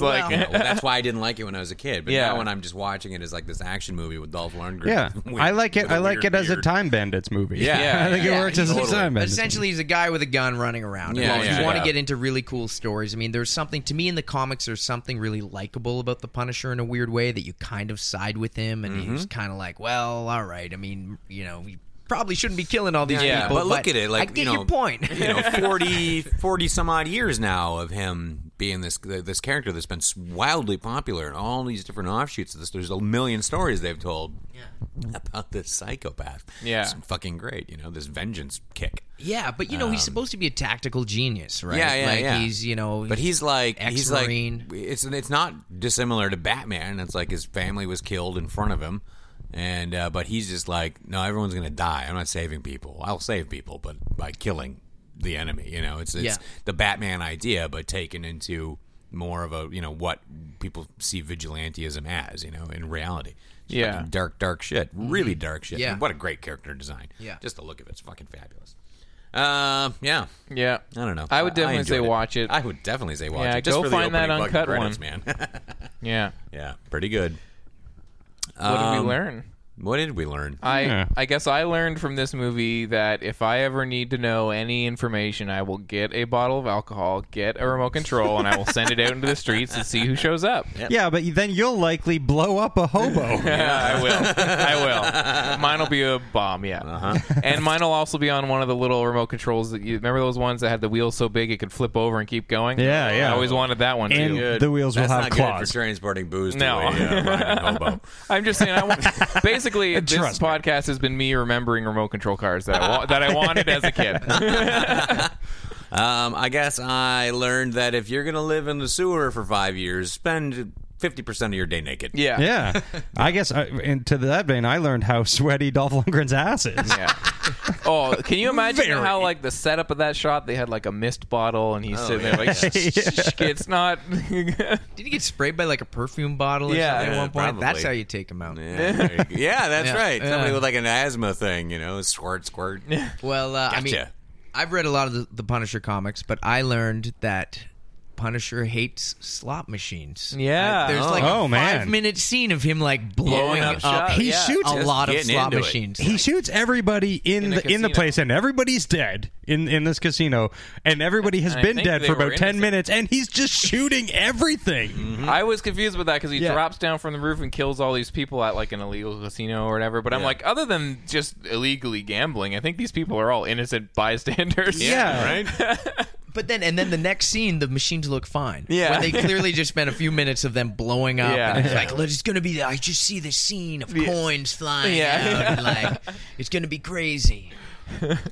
S2: [laughs]
S4: like,
S2: Yeah, well, that's why I didn't like it when I was a kid.
S3: [laughs]
S2: But
S4: Yeah.
S2: now when I'm just watching it as like this action movie with Dolph Lundgren.
S3: Yeah,
S2: [laughs] with-
S3: I like it.
S2: with a
S3: I like
S2: weird
S3: it as a
S2: beard.
S3: time bandits movie.
S2: Yeah,
S3: [laughs] I think
S5: yeah,
S3: it works as a
S5: totally.
S3: time
S5: But
S3: bandits.
S5: essentially, he's a guy with a gun running around.
S2: Yeah,
S5: if you
S2: yeah,
S5: want to
S2: yeah.
S5: get into really cool stories, I mean, there's something to me in the comics. There's something really likable about the Punisher in a weird way that you kind of side with him, and he's
S2: Mm-hmm.
S5: kind of like, well, all right. I mean, you know, we probably shouldn't be killing all these
S4: Yeah,
S5: people.
S2: but look at it, like,
S5: I get
S2: you know, [laughs]
S5: your point.
S2: you know 40 40 some odd years now of him being this this character that's been wildly popular in all these different offshoots of this there's a million stories they've told about this psychopath
S4: Yeah.
S2: it's fucking great you know this vengeance kick
S5: yeah, but you know, he's supposed to be a tactical genius, right?
S2: Um, Yeah, yeah,
S5: like,
S2: yeah.
S5: He's you know,
S2: but he's like he's like
S5: Ex-Marine.
S2: it's it's not dissimilar to Batman. It's like his family was killed in front of him, and uh, but he's just like, no, everyone's gonna die. I'm not saving people. I'll save people, but by killing the enemy. You know, it's it's
S5: Yeah.
S2: the Batman idea, but taken into more of a you know what people see vigilantism as. You know, in reality. It's
S4: Yeah.
S2: fucking dark, dark shit. Really dark shit.
S5: Mm-hmm. Yeah.
S2: And what a great character design.
S5: Yeah.
S2: just the look of it's fucking fabulous. Um, yeah.
S4: yeah,
S2: I don't know.
S4: I would definitely say
S2: enjoyed
S4: watch it.
S2: I would definitely say watch
S4: Yeah,
S2: it. Just
S4: go
S2: for the
S4: find that
S2: opening fucking
S4: uncut
S2: credits,
S4: one.
S2: man. [laughs]
S4: yeah.
S2: yeah, pretty good.
S4: What did
S2: Um,
S4: we learn?
S2: What did we learn?
S4: I
S3: Yeah.
S4: I guess I learned from this movie that if I ever need to know any information, I will get a bottle of alcohol, get a remote control, and I will send it out into the streets and see who
S2: [laughs]
S4: shows up.
S3: yeah, but then you'll likely blow up a
S4: [laughs]
S3: hobo.
S4: I will. I will. Mine will be a bomb, yeah. [laughs] And mine will also be on one of the little remote controls that you remember those ones that had the wheels so big it could flip over and keep going?
S3: Yeah, yeah.
S4: I always wanted that one
S3: And-
S4: too.
S3: Good. the wheels will
S2: That's
S3: have
S2: not Good
S3: claws.
S2: for transporting booze to
S4: No.
S2: a uh, riding
S4: [laughs]
S2: hobo.
S4: I'm just saying. I want, basically, this
S3: Trust me.
S4: podcast has been me remembering remote control cars that I, wa- that I wanted as a kid.
S2: Um, I guess I learned that if you're gonna live in the sewer for five years, spend fifty percent of your day naked.
S3: [laughs]
S4: Yeah.
S3: yeah, I guess. I, and to that vein, I learned how sweaty Dolph Lundgren's ass is.
S4: Yeah. Oh, can you imagine how like the setup of that shot? They had like a mist bottle, and he's sitting there like, "Shh, shh, shh, "It's not." [laughs]
S5: Did he get sprayed by like a perfume bottle? Or
S4: Yeah,
S5: something at
S2: yeah,
S5: one point. That's
S2: probably.
S5: how you take him out.
S2: Yeah, there you go.
S4: [laughs]
S2: Yeah, that's
S5: Yeah.
S2: right. Somebody
S5: Yeah.
S2: with like an asthma thing, you know, squirt, squirt.
S5: Well, uh, I mean,
S2: Gotcha.
S5: I've read a lot of the, the Punisher comics, but I learned that Punisher hates slot machines.
S4: Yeah.
S5: Uh, there's like
S3: Oh,
S5: a
S3: man.
S5: five minute scene of him like blowing
S2: up
S5: up,
S2: shop,
S5: he
S4: yeah.
S5: shoots a
S2: Just
S5: lot of
S2: getting
S5: slot
S2: into it.
S5: machines.
S3: He shoots everybody in,
S4: In a
S3: the in the
S4: casino.
S3: place, and everybody's dead in in this casino, and everybody has
S4: And I
S3: been
S4: think
S3: dead
S4: they
S3: for
S4: were
S3: about ten
S4: innocent. Mm-hmm.
S3: minutes, and he's just shooting everything.
S4: I was confused with that because he
S3: Yeah.
S4: drops down from the roof and kills all these people at like an illegal casino or whatever. But I'm like, other than just illegally gambling, I think these people are all innocent [laughs] bystanders.
S3: Yeah.
S2: right.
S5: But then, and then the next scene, the machines look fine.
S4: Yeah. [laughs]
S5: When they clearly just spent a few minutes of them blowing up.
S4: Yeah.
S5: And it's like, "Look, it's going to be, I just see the scene of coins flying
S4: Yeah. [laughs]
S5: out. And like, it's going to be crazy.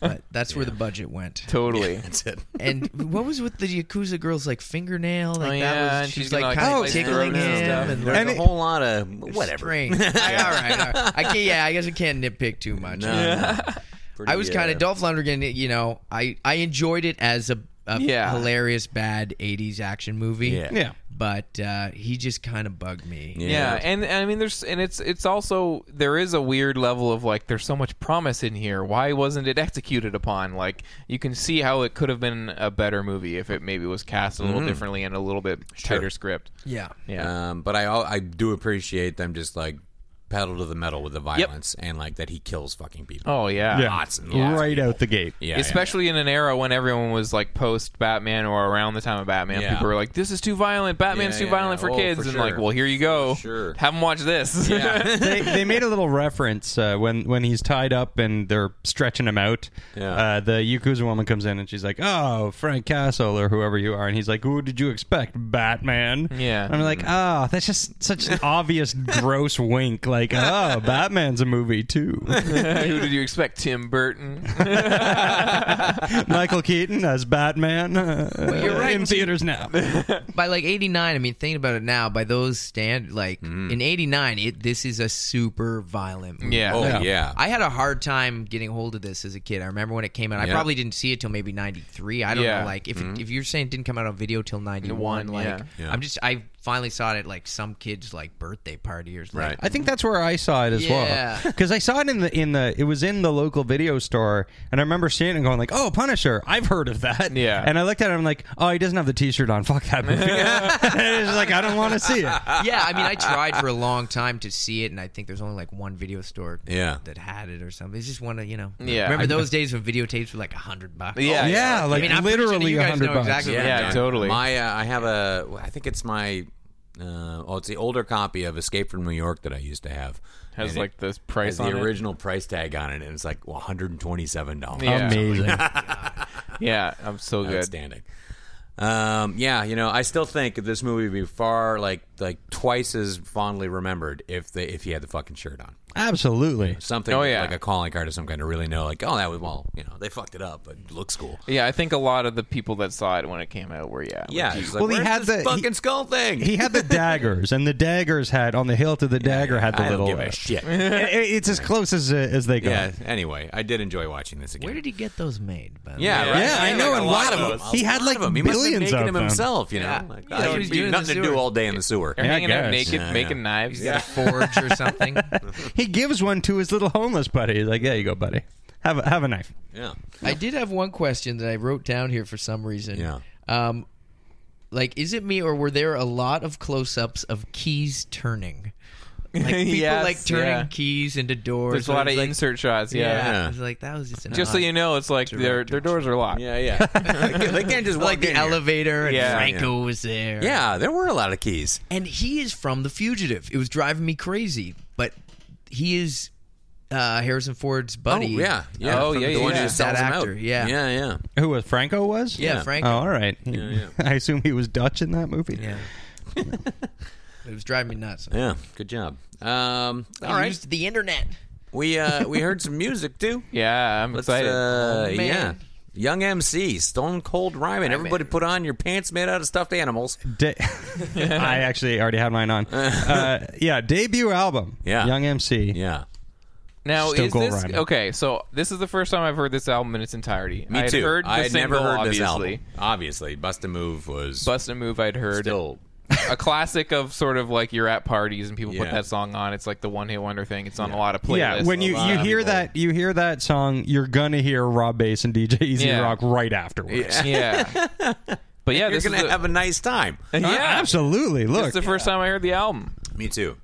S5: But that's where the budget went.
S4: [laughs] totally.
S2: that's
S5: [laughs]
S2: it.
S5: And what was with the Yakuza girl's like fingernail? Like
S4: Oh,
S5: that
S4: yeah,
S5: was
S4: and
S5: she's,
S4: she's gonna,
S5: like
S4: like,
S5: kind of
S4: slice
S2: his
S5: tickling him
S2: throat and
S4: stuff. [laughs]
S5: and
S2: There's
S5: like,
S3: And
S2: a
S3: it-
S2: whole lot of whatever.
S5: strange. all, right, all right. I can't, yeah, I guess I can't nitpick
S4: [laughs]
S5: too much.
S2: No, no.
S5: I was
S2: Pretty,
S5: kind
S2: uh,
S5: of Dolph Lundgren. You know, I I enjoyed it as a, a
S4: Yeah.
S5: hilarious bad '80s action movie.
S2: Yeah.
S3: Yeah.
S5: but uh, he just kind of bugged me.
S4: Yeah, and, and I mean, there's and it's it's also there is a weird level of like there's so much promise in here. Why wasn't it executed upon? Like you can see how it could have been a better movie if it maybe was cast a little differently and a little bit tighter script.
S5: Yeah.
S4: Yeah,
S2: Um, but I al- I do appreciate them just like pedal to the metal with the violence and like that he kills fucking people.
S4: oh yeah,
S2: Lots and lots of
S3: right out the gate.
S2: Yeah,
S4: Especially in an era when everyone was like post Batman or around the time of Batman,
S2: Yeah.
S4: people were like, "This is too violent. Batman's
S2: Yeah,
S4: too
S2: yeah,
S4: violent
S2: yeah.
S4: for
S2: Oh,
S4: kids."
S2: for
S4: and like,
S2: sure.
S4: well, here you go.
S2: sure.
S4: Have them watch this.
S3: they, they made a little reference uh, when when he's tied up and they're stretching him out.
S2: Yeah.
S3: Uh, the Yakuza woman comes in and she's like, "Oh, Frank Castle or whoever you are," and he's like, "Who did you expect, Batman?"
S4: Yeah.
S3: I'm
S2: Mm-hmm.
S3: like, "Oh, that's just such an obvious gross wink. Like,
S2: [laughs]
S3: oh, Batman's a movie too.
S4: [laughs] Who did you expect? Tim Burton.
S3: Michael Keaton as Batman. uh,
S5: you're right,
S3: in
S5: too.
S2: [laughs]
S3: theaters now.
S5: By like 89, I mean, thinking about it now, by those stand, like in 89, it this is a super violent movie.
S4: yeah.
S2: Oh
S3: Yeah.
S2: [laughs] yeah.
S5: I had a hard time getting hold of this as a kid. I remember when it came out. I
S2: Yeah.
S5: probably didn't see it till maybe '93. I don't
S4: Yeah.
S5: know. Like if if you're saying it didn't come out on video till '91,
S4: One,
S5: like
S4: yeah.
S2: Yeah.
S5: I'm just I finally saw it at like some kid's like birthday party or something.
S2: Right.
S3: I think that's where I saw it as
S5: Yeah.
S3: [laughs] well. Because I saw it in the in the it was in the local video store, and I remember seeing it and going like, "Oh, Punisher! I've heard of that."
S4: Yeah.
S3: And I looked at it, and I'm like, "Oh, he doesn't have the T-shirt on. Fuck
S2: [laughs]
S3: that movie." [laughs] it's just like I don't want to see it.
S5: yeah, I mean, I tried for a long time to see it, and I think there's only like one video store
S2: Yeah.
S5: that had it or something. It's just one of you know.
S4: Yeah.
S5: Remember those days when videotapes were like a hundred bucks? Oh,
S4: Yeah.
S3: Yeah, like
S5: mean, I'm pretty sure
S3: literally
S5: you
S3: a
S5: guys
S3: hundred
S5: know
S3: bucks.
S5: exactly
S4: Yeah,
S2: man.
S4: totally.
S2: My, uh, I have a. I think it's my. Uh, oh, it's the older copy of Escape from New York that I used to have.
S4: Has
S2: And it
S4: like this
S2: has
S4: price
S2: the
S4: on it.
S2: original price tag on it, and it's like one hundred and twenty-seven dollars. [laughs]
S4: Yeah.
S3: Amazing.
S4: Yeah, I'm so good.
S2: Outstanding. Um, yeah, you know, I still think this movie would be far like like twice as fondly remembered if they if he had the fucking shirt on.
S3: Absolutely.
S2: Something
S4: Oh, yeah.
S2: like a calling card or some kind to really know like, oh that was well, you know, they fucked it up, but it looks cool.
S4: Yeah, I think a lot of the people that saw it when it came out were yeah.
S2: Yeah. it's like,
S3: Well, he
S2: where's
S3: had
S2: this
S3: the-
S2: fucking
S3: he-
S2: skull thing.
S3: He had the daggers, and the daggers had on the hilt of the dagger had the
S2: I
S3: little. uh,
S2: don't give a [laughs] shit.
S3: [laughs] It- it's as close as uh, as they go.
S2: uh, yeah. Anyway, I did enjoy watching this again.
S5: Where did he get those made? By the
S2: yeah,
S5: way?
S2: right?
S3: Yeah, I know,
S2: like a lot
S3: and a lot
S2: of
S3: of
S2: them.
S3: those. He had, like,
S2: a lot of them. He must have been
S3: billions
S2: making
S3: of
S2: them
S3: them.
S2: himself, you know.
S5: Yeah.
S2: Like,
S5: Yeah,
S2: oh,
S5: he
S2: it'd
S5: was
S2: be
S5: doing it in the
S2: nothing to do
S5: sewer.
S2: all day in the sewer.
S4: Or
S3: Yeah, I
S4: hanging out
S3: guess.
S4: naked,
S2: Yeah,
S4: making
S2: yeah.
S4: knives.
S5: He's got
S4: [laughs]
S5: a forge or something.
S3: He gives one to his little homeless buddy. He's like, "There you go, buddy. Have a, have a knife."
S2: Yeah.
S5: I did have one question that I wrote down here for some reason.
S2: Yeah.
S5: Um, like, is it me or were there a lot of close-ups of keys
S4: [laughs]
S5: turning? Like people
S4: Yes,
S5: like turning
S4: yeah.
S5: keys into doors.
S4: There's a
S5: I
S4: lot
S5: was
S4: of
S5: like-
S4: insert shots. Yeah.
S5: Yeah.
S2: Yeah. Uh-huh.
S5: I was like, that was just an
S4: Just so
S5: odd-
S4: you know, it's like their their doors are locked.
S2: Yeah, [laughs] yeah.
S4: [laughs]
S2: they can't just walk
S5: [laughs] like the
S2: in here.
S5: elevator, and
S4: Yeah.
S5: Franco was there.
S2: Yeah, there were a lot of keys.
S5: and he is from The Fugitive. It was driving me crazy, but he is uh, Harrison Ford's buddy.
S2: Oh yeah, yeah.
S4: Oh,
S2: from
S4: yeah,
S2: the
S4: yeah,
S2: one who
S4: yeah.
S2: sells
S5: That
S2: them
S5: actor,
S2: out.
S5: yeah.
S2: yeah, yeah.
S3: Who was Franco? Was
S5: yeah,
S2: Yeah.
S3: Oh,
S5: Franco.
S3: all right. [laughs] I assume he was Dutch in that movie.
S5: Yeah, it was driving me nuts.
S2: Yeah, Good job. Um, all
S5: I
S2: right,
S5: used the internet.
S2: we uh, we heard some music too.
S4: Yeah, I'm
S2: Let's,
S4: excited.
S2: uh,
S5: man.
S2: yeah. Young MC, Stone Cold Ryman. Everybody put on your pants made out of stuffed animals.
S4: [laughs]
S3: Da- I actually already had mine on. Uh, yeah, debut album.
S2: Yeah.
S3: Young MC.
S2: Yeah.
S4: now
S3: Stone
S4: is
S3: Cold
S4: this
S3: Rhino.
S4: okay? So this is the first time I've heard this album in its entirety.
S2: Me
S4: I had
S2: too.
S4: Heard the
S2: I had
S4: single,
S2: never heard
S4: obviously.
S2: this album. Obviously, Bust a Move was
S4: Bust a move I'd heard.
S2: still.
S4: a classic of sort of like you're at parties and people put
S2: Yeah.
S4: that song on. It's like the one hit wonder thing. It's on a lot of playlists.
S3: Yeah, when you,
S4: A lot
S3: you
S4: of
S3: hear
S4: people-
S3: that you hear that song, you're gonna hear Rob Bass and DJ Easy
S4: Yeah.
S3: Rock right
S2: [laughs]
S3: afterwards.
S4: [laughs] yeah. But yeah,
S2: You're
S4: this is
S2: gonna
S3: [laughs]
S4: the,
S2: have a nice [laughs] time.
S4: yeah.
S3: Absolutely.
S4: This
S3: Look,
S4: is the first time I heard the album.
S2: Me too.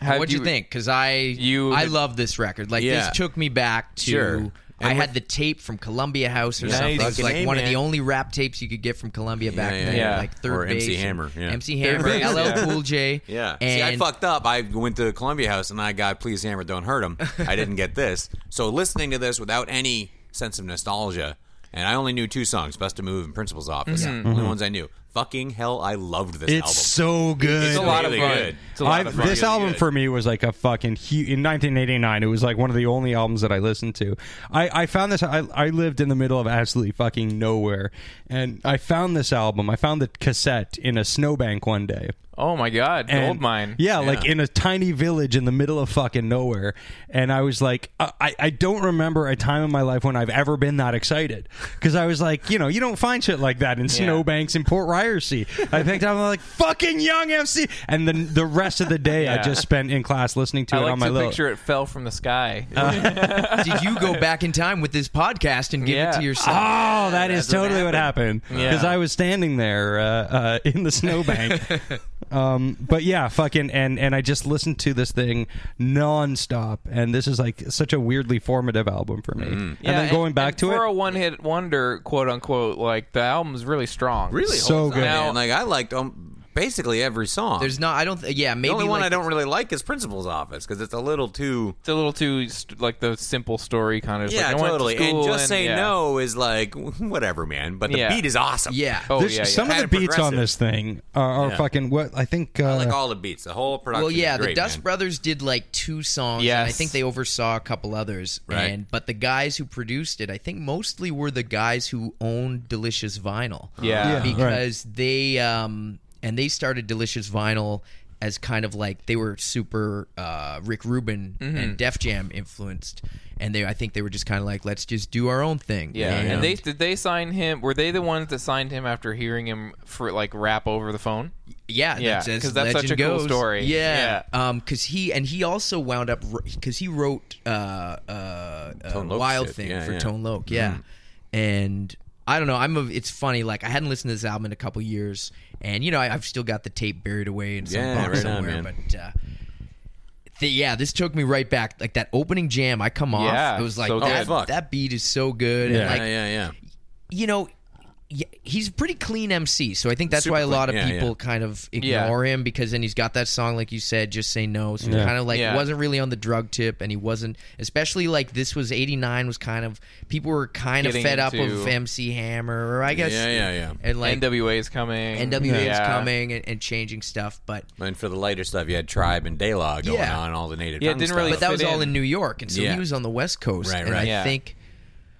S4: Have
S5: What'd you, think? Because I
S4: You-
S5: I love this record. Like
S2: Yeah.
S5: this took me back to.
S2: Sure.
S5: I
S2: And
S5: had the tape from Columbia House or
S4: Nice.
S5: something. It was
S4: Fucking
S5: like
S2: A,
S5: one of
S2: man.
S5: the only rap tapes you could get from Columbia back
S2: yeah,
S5: then.
S4: yeah.
S5: Like third
S2: Or MC
S5: Base and
S2: Hammer, yeah.
S5: MC Hammer,
S4: Base, yeah.
S5: LL Cool J.
S2: [laughs] Yeah.
S5: And
S2: See, I fucked up. I went to Columbia House and I got Please Hammer, Don't Hurt Him. I didn't get this. So listening to this without any sense of nostalgia, and I only knew two songs, Best to Move and Principal's Office. Only ones I knew. Fucking hell, I loved this
S3: it's
S2: album.
S3: so good.
S4: It's a lot
S2: really
S4: of fun.
S2: good.
S4: It's a lot
S3: I-
S4: of fun.
S3: This album for me was like a fucking huge. In 1989, it was like one of the only albums that I listened to. I, I found this. I, I lived in the middle of absolutely fucking nowhere, and I found this album. I found the cassette in a snowbank one day.
S4: oh my god,
S3: And-
S4: gold mine.
S3: Yeah, like in a tiny village in the middle of fucking nowhere. And I was like, I- I, I don't remember a time in my life when I've ever been that excited. Because I was like, you know, you don't find shit like that in Snowbanks and Port Ryersey. I picked up, I'm like, fucking young FC. And then the rest of the day I
S4: Yeah.
S3: just spent in class listening to
S4: I
S3: it
S4: like
S3: on
S4: to
S3: my little. Uh,
S4: picture it fell from the sky.
S5: Did you
S2: [laughs]
S5: go back in time with this podcast and give
S4: Yeah.
S5: it to yourself?
S3: Oh, that is totally what happened. Because
S4: Yeah.
S3: I was standing there uh, uh, in the snowbank. um, but yeah, fucking, and and I just listened to this thing nonstop, and this is like such a weirdly formative album for me. And
S4: Yeah,
S3: then going back
S4: and
S3: to
S4: for a
S3: it,
S4: one hit wonder, quote unquote, like the album's really strong.
S2: really
S3: So
S2: holds up,
S3: good.
S2: man. like I liked um, basically every song.
S5: There's not. I don't. Th- yeah, maybe
S2: the only one
S5: like,
S2: I don't really like is Principal's Office because it's a little too.
S4: It's a little too st- like the simple story kind of. It's like, I went to
S2: totally.
S4: school
S2: And just say
S4: yeah.
S2: no is like [laughs] whatever, man. But the
S4: Yeah.
S2: beat is awesome.
S5: Yeah.
S4: Oh
S3: there's
S4: yeah, yeah.
S3: some
S2: Kind
S3: of
S2: of
S3: the beats on
S2: progressive.
S3: this thing are, are
S2: Yeah.
S3: fucking what I think. Uh,
S2: I like all the beats. The whole production.
S5: Well, yeah,
S2: is great,
S5: the Dust
S2: man.
S5: Brothers did like two songs, and I
S4: Yes.
S5: think they oversaw a couple others.
S2: Right.
S5: And but the guys who produced it, I think mostly were the guys who owned Delicious Vinyl.
S4: Yeah. Yeah,
S5: because they um and they started Delicious Vinyl as kind of like they were super uh, Rick Rubin
S4: Mm-hmm.
S5: and Def Jam influenced, and they I think they were just kind of like let's just do our own thing.
S4: Yeah, and they did they sign him? Were they the ones that signed him after hearing him for like rap over the phone?
S5: Yeah,
S4: Yeah,
S5: that's,
S4: 'cause that's such a cool story.
S5: Yeah, because he and he also wound up because he wrote uh, uh, uh,
S2: Tone Loc
S5: Wild
S2: shit.
S5: Thing
S2: Yeah,
S5: for
S2: yeah.
S5: Tone Loc. Yeah, and I don't know. I'm. A, it's funny. Like I hadn't listened to this album in a couple years, and you know I, I've still got the tape buried away in some
S2: Yeah,
S5: box
S2: right on,
S5: somewhere.
S2: man.
S5: but uh, the, yeah, this took me right back. Like that opening jam, I come off.
S4: Yeah,
S5: it was like
S4: so
S5: that,
S4: good.
S2: Fuck.
S5: that beat is so good. And like
S2: yeah, yeah, yeah.
S5: you know, y- he's a pretty clean MC, so I think that's why a
S2: Super
S5: lot of
S2: clean, yeah,
S5: people
S2: yeah.
S5: kind of
S4: Yeah.
S5: ignore him because then he's got that song, like you said, "Just Say No." So he kind of like
S4: Yeah.
S5: wasn't really on the drug tip, and he wasn't, especially like this was '89 was kind of people were kind of
S4: Getting
S5: fed up of
S4: into-
S5: MC Hammer, or I guess,
S2: Yeah, yeah, yeah.
S5: and like
S4: NWA is coming.
S5: NWA is
S4: Yeah.
S5: coming and, and changing stuff, but
S2: And for the later stuff, you had Tribe and Daylaw going
S5: Yeah.
S2: on, all the native.
S4: Yeah, it
S2: tongue
S4: didn't really
S2: stuff.
S5: but that
S4: fit
S5: was all
S4: in.
S5: in New York, and so
S2: Yeah.
S5: he was on the West Coast,
S2: Right,
S5: and
S2: right.
S5: I
S4: Yeah.
S5: think.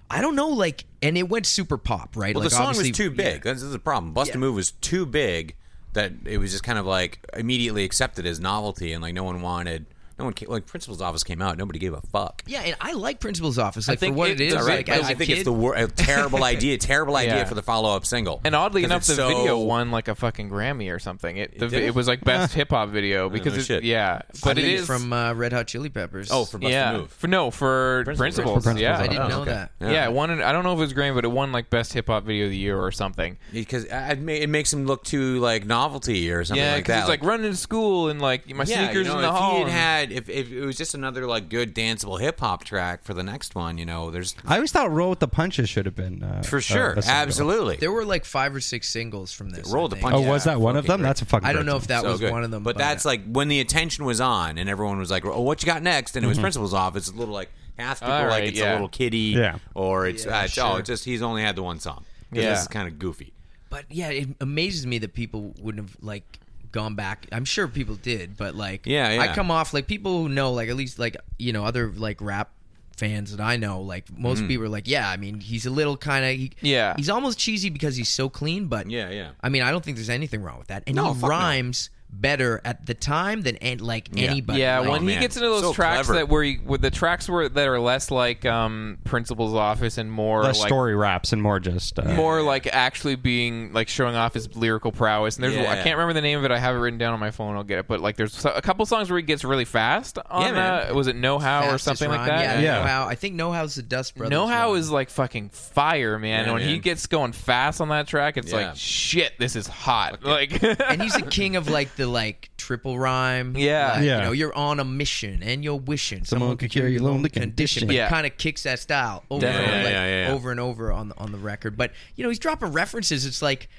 S5: I don't know, like, and it went super pop, right?
S2: Well,
S5: like,
S2: the song was
S5: obviously-
S2: too big. That's the problem. Bust a Move was too big that it was just kind of like immediately accepted as novelty, and like no one wanted, no one ca- like Principal's Office came out, nobody gave a fuck.
S5: Yeah, and I like Principal's Office, like
S4: think
S5: for what
S4: it-
S5: it is.
S4: it's
S5: Like,
S4: right,
S5: as
S2: I,
S5: a
S2: think
S5: kid,
S2: it's the wor- a
S4: [laughs]
S2: terrible idea, terrible idea
S4: Yeah.
S2: for the follow up single.
S4: And oddly
S2: 'Cause
S4: enough,
S2: it's
S4: the
S2: so-
S4: video won like a fucking Grammy or something. It the,
S2: did? Oh,
S4: it was like best hip hop video
S2: no
S4: because
S2: shit.
S4: it, yeah, but it
S5: Funding
S4: is
S5: from uh, Red Hot Chili Peppers.
S2: Oh, for Bust
S4: yeah
S2: a Move.
S4: for no for principles,
S3: For
S4: yeah
S5: I
S3: Principles,
S5: didn't
S2: Oh,
S5: know
S2: okay.
S5: that.
S4: yeah, it won an- I don't know if it was Grammy, but it won like best hip hop video of the year or something.
S2: because I- it ma- it makes him look too like novelty or something
S4: Yeah,
S2: like
S4: because
S2: that.
S4: it's like running to school and like my
S2: Yeah,
S4: sneakers
S2: you know,
S4: in the
S2: if
S4: hall.
S2: He had
S4: and-
S2: had if, if it was just another like good danceable hip hop track for the next one, you know, there's
S3: I always thought "Roll with the Punches" should have been uh,
S2: for
S3: a-
S2: sure,
S3: a single.
S2: absolutely.
S5: There were like five or six singles from this.
S2: Roll
S5: I
S2: the
S5: think.
S2: punch.
S3: Oh,
S2: Yeah,
S3: was that one of
S2: fucking
S3: them?
S2: great.
S3: That's a fucking.
S5: I don't know
S3: great
S5: if that
S2: So
S5: was
S2: good.
S5: one of them,
S2: But, that's uh, like when the attention was on, and everyone was like, "Oh, what you got next?" And it was
S3: Mm-hmm.
S2: principal's office. It's a little like half people
S4: All
S2: like
S4: right,
S2: it's a
S4: yeah.
S2: little kitty,
S3: Yeah.
S2: or it's, uh, it's- oh,
S4: sure.
S2: it's just he's only had the one song. 'Cause
S4: Yeah.
S2: this is kind of goofy.
S5: but yeah, it amazes me that people wouldn't have like gone back. I'm sure people did, but like,
S2: Yeah, yeah.
S5: I come off like people who know, like at least like you know other like rap fans that I know, like most
S2: Mm.
S5: people are like, yeah, I mean, he's a little kind of he,
S4: Yeah.
S5: he's almost cheesy because he's so clean, but
S2: Yeah, yeah.
S5: I mean, I don't think there's anything wrong with that, and
S2: No,
S5: he
S2: fuck no.
S5: rhymes better at the time than an, like anybody.
S4: Yeah,
S5: Like,
S4: when he
S2: oh, man.
S4: gets into those
S2: So
S4: tracks
S2: clever.
S4: that where, you, where the tracks were that are less like um principal's office and more
S3: less
S4: like
S3: story raps and more just uh,
S4: more like actually being like showing off his lyrical prowess. And there's
S2: Yeah.
S4: I can't remember the name of it. I have it written down on my phone. I'll get it. But like there's so- a couple songs where he gets really fast on
S2: man.
S4: uh, was it Know How or
S5: fastest
S4: something like
S5: rhyme.
S4: that?
S5: Yeah,
S3: Yeah.
S5: Know How. I think Know How's the Dust Brothers.
S4: Know How
S5: one.
S4: is [laughs] like fucking fire, man.
S2: Yeah,
S4: and when he
S2: man.
S4: gets going fast on that track, it's
S2: Yeah.
S4: like shit. This is hot. Like [laughs]
S5: and he's the king of like the like triple rhyme.
S4: Yeah.
S5: Like,
S3: Yeah.
S5: You know, you're on a mission and you're wishing
S3: Someone could cure your lonely condition.
S5: But
S4: Yeah.
S5: kind of kicks that style over,
S4: Definitely.
S5: and,
S2: Yeah,
S5: like,
S2: yeah, yeah.
S5: over and over on the, on the record. But you know, he's dropping references. It's like.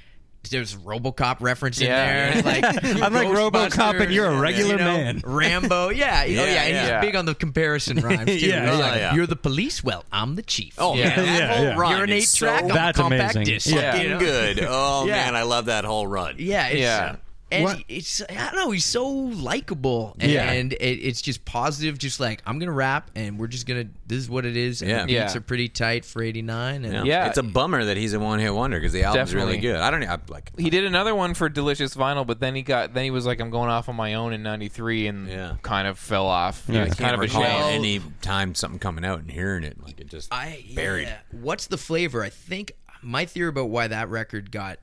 S5: There's RoboCop reference in
S4: Yeah.
S5: there. Like
S3: [laughs] I'm like
S5: Ghostbusters,
S3: RoboCop and you're a regular
S5: you know,
S3: man. [laughs]
S5: Rambo, yeah, yeah, oh,
S2: Yeah,
S5: yeah. And he's
S4: yeah.
S5: big on the comparison rhymes too.
S3: Yeah, yeah,
S5: He's like,
S2: yeah.
S5: You're the police. Well, I'm the chief.
S2: Oh
S4: Yeah.
S2: yeah, man, that
S3: Yeah,
S2: whole
S3: yeah.
S2: run
S5: [laughs] you're an eight
S2: is
S5: track.
S2: so
S5: I'm
S3: That's
S5: a compact
S3: amazing.
S5: disc.
S4: Yeah.
S5: You know?
S2: fucking
S4: [laughs]
S2: good. Oh
S5: Yeah.
S2: man, I love that whole run.
S5: Yeah, it's, uh,
S4: Yeah.
S5: And
S3: What-
S5: it's I don't know. He's so likable, and,
S3: Yeah.
S5: it, it's just positive. Just like I'm gonna rap, and we're just gonna. This is what it is. And
S2: Yeah.
S5: the beats
S4: Yeah.
S5: are pretty tight for '89, and
S4: Yeah.
S2: it's a bummer that he's a one hit wonder because the album's really
S4: Definitely.
S2: good. I don't know, I, like.
S4: he did another one for Delicious Vinyl, but then he got then he was like, I'm going off on my own in '93, and
S2: Yeah.
S4: kind of fell off.
S3: Yeah.
S4: It was
S3: I
S4: kind of a
S2: recall
S4: shame.
S2: any time something coming out and hearing it like it just
S5: I
S2: buried.
S5: yeah. What's the flavor? I think my theory about why that record got.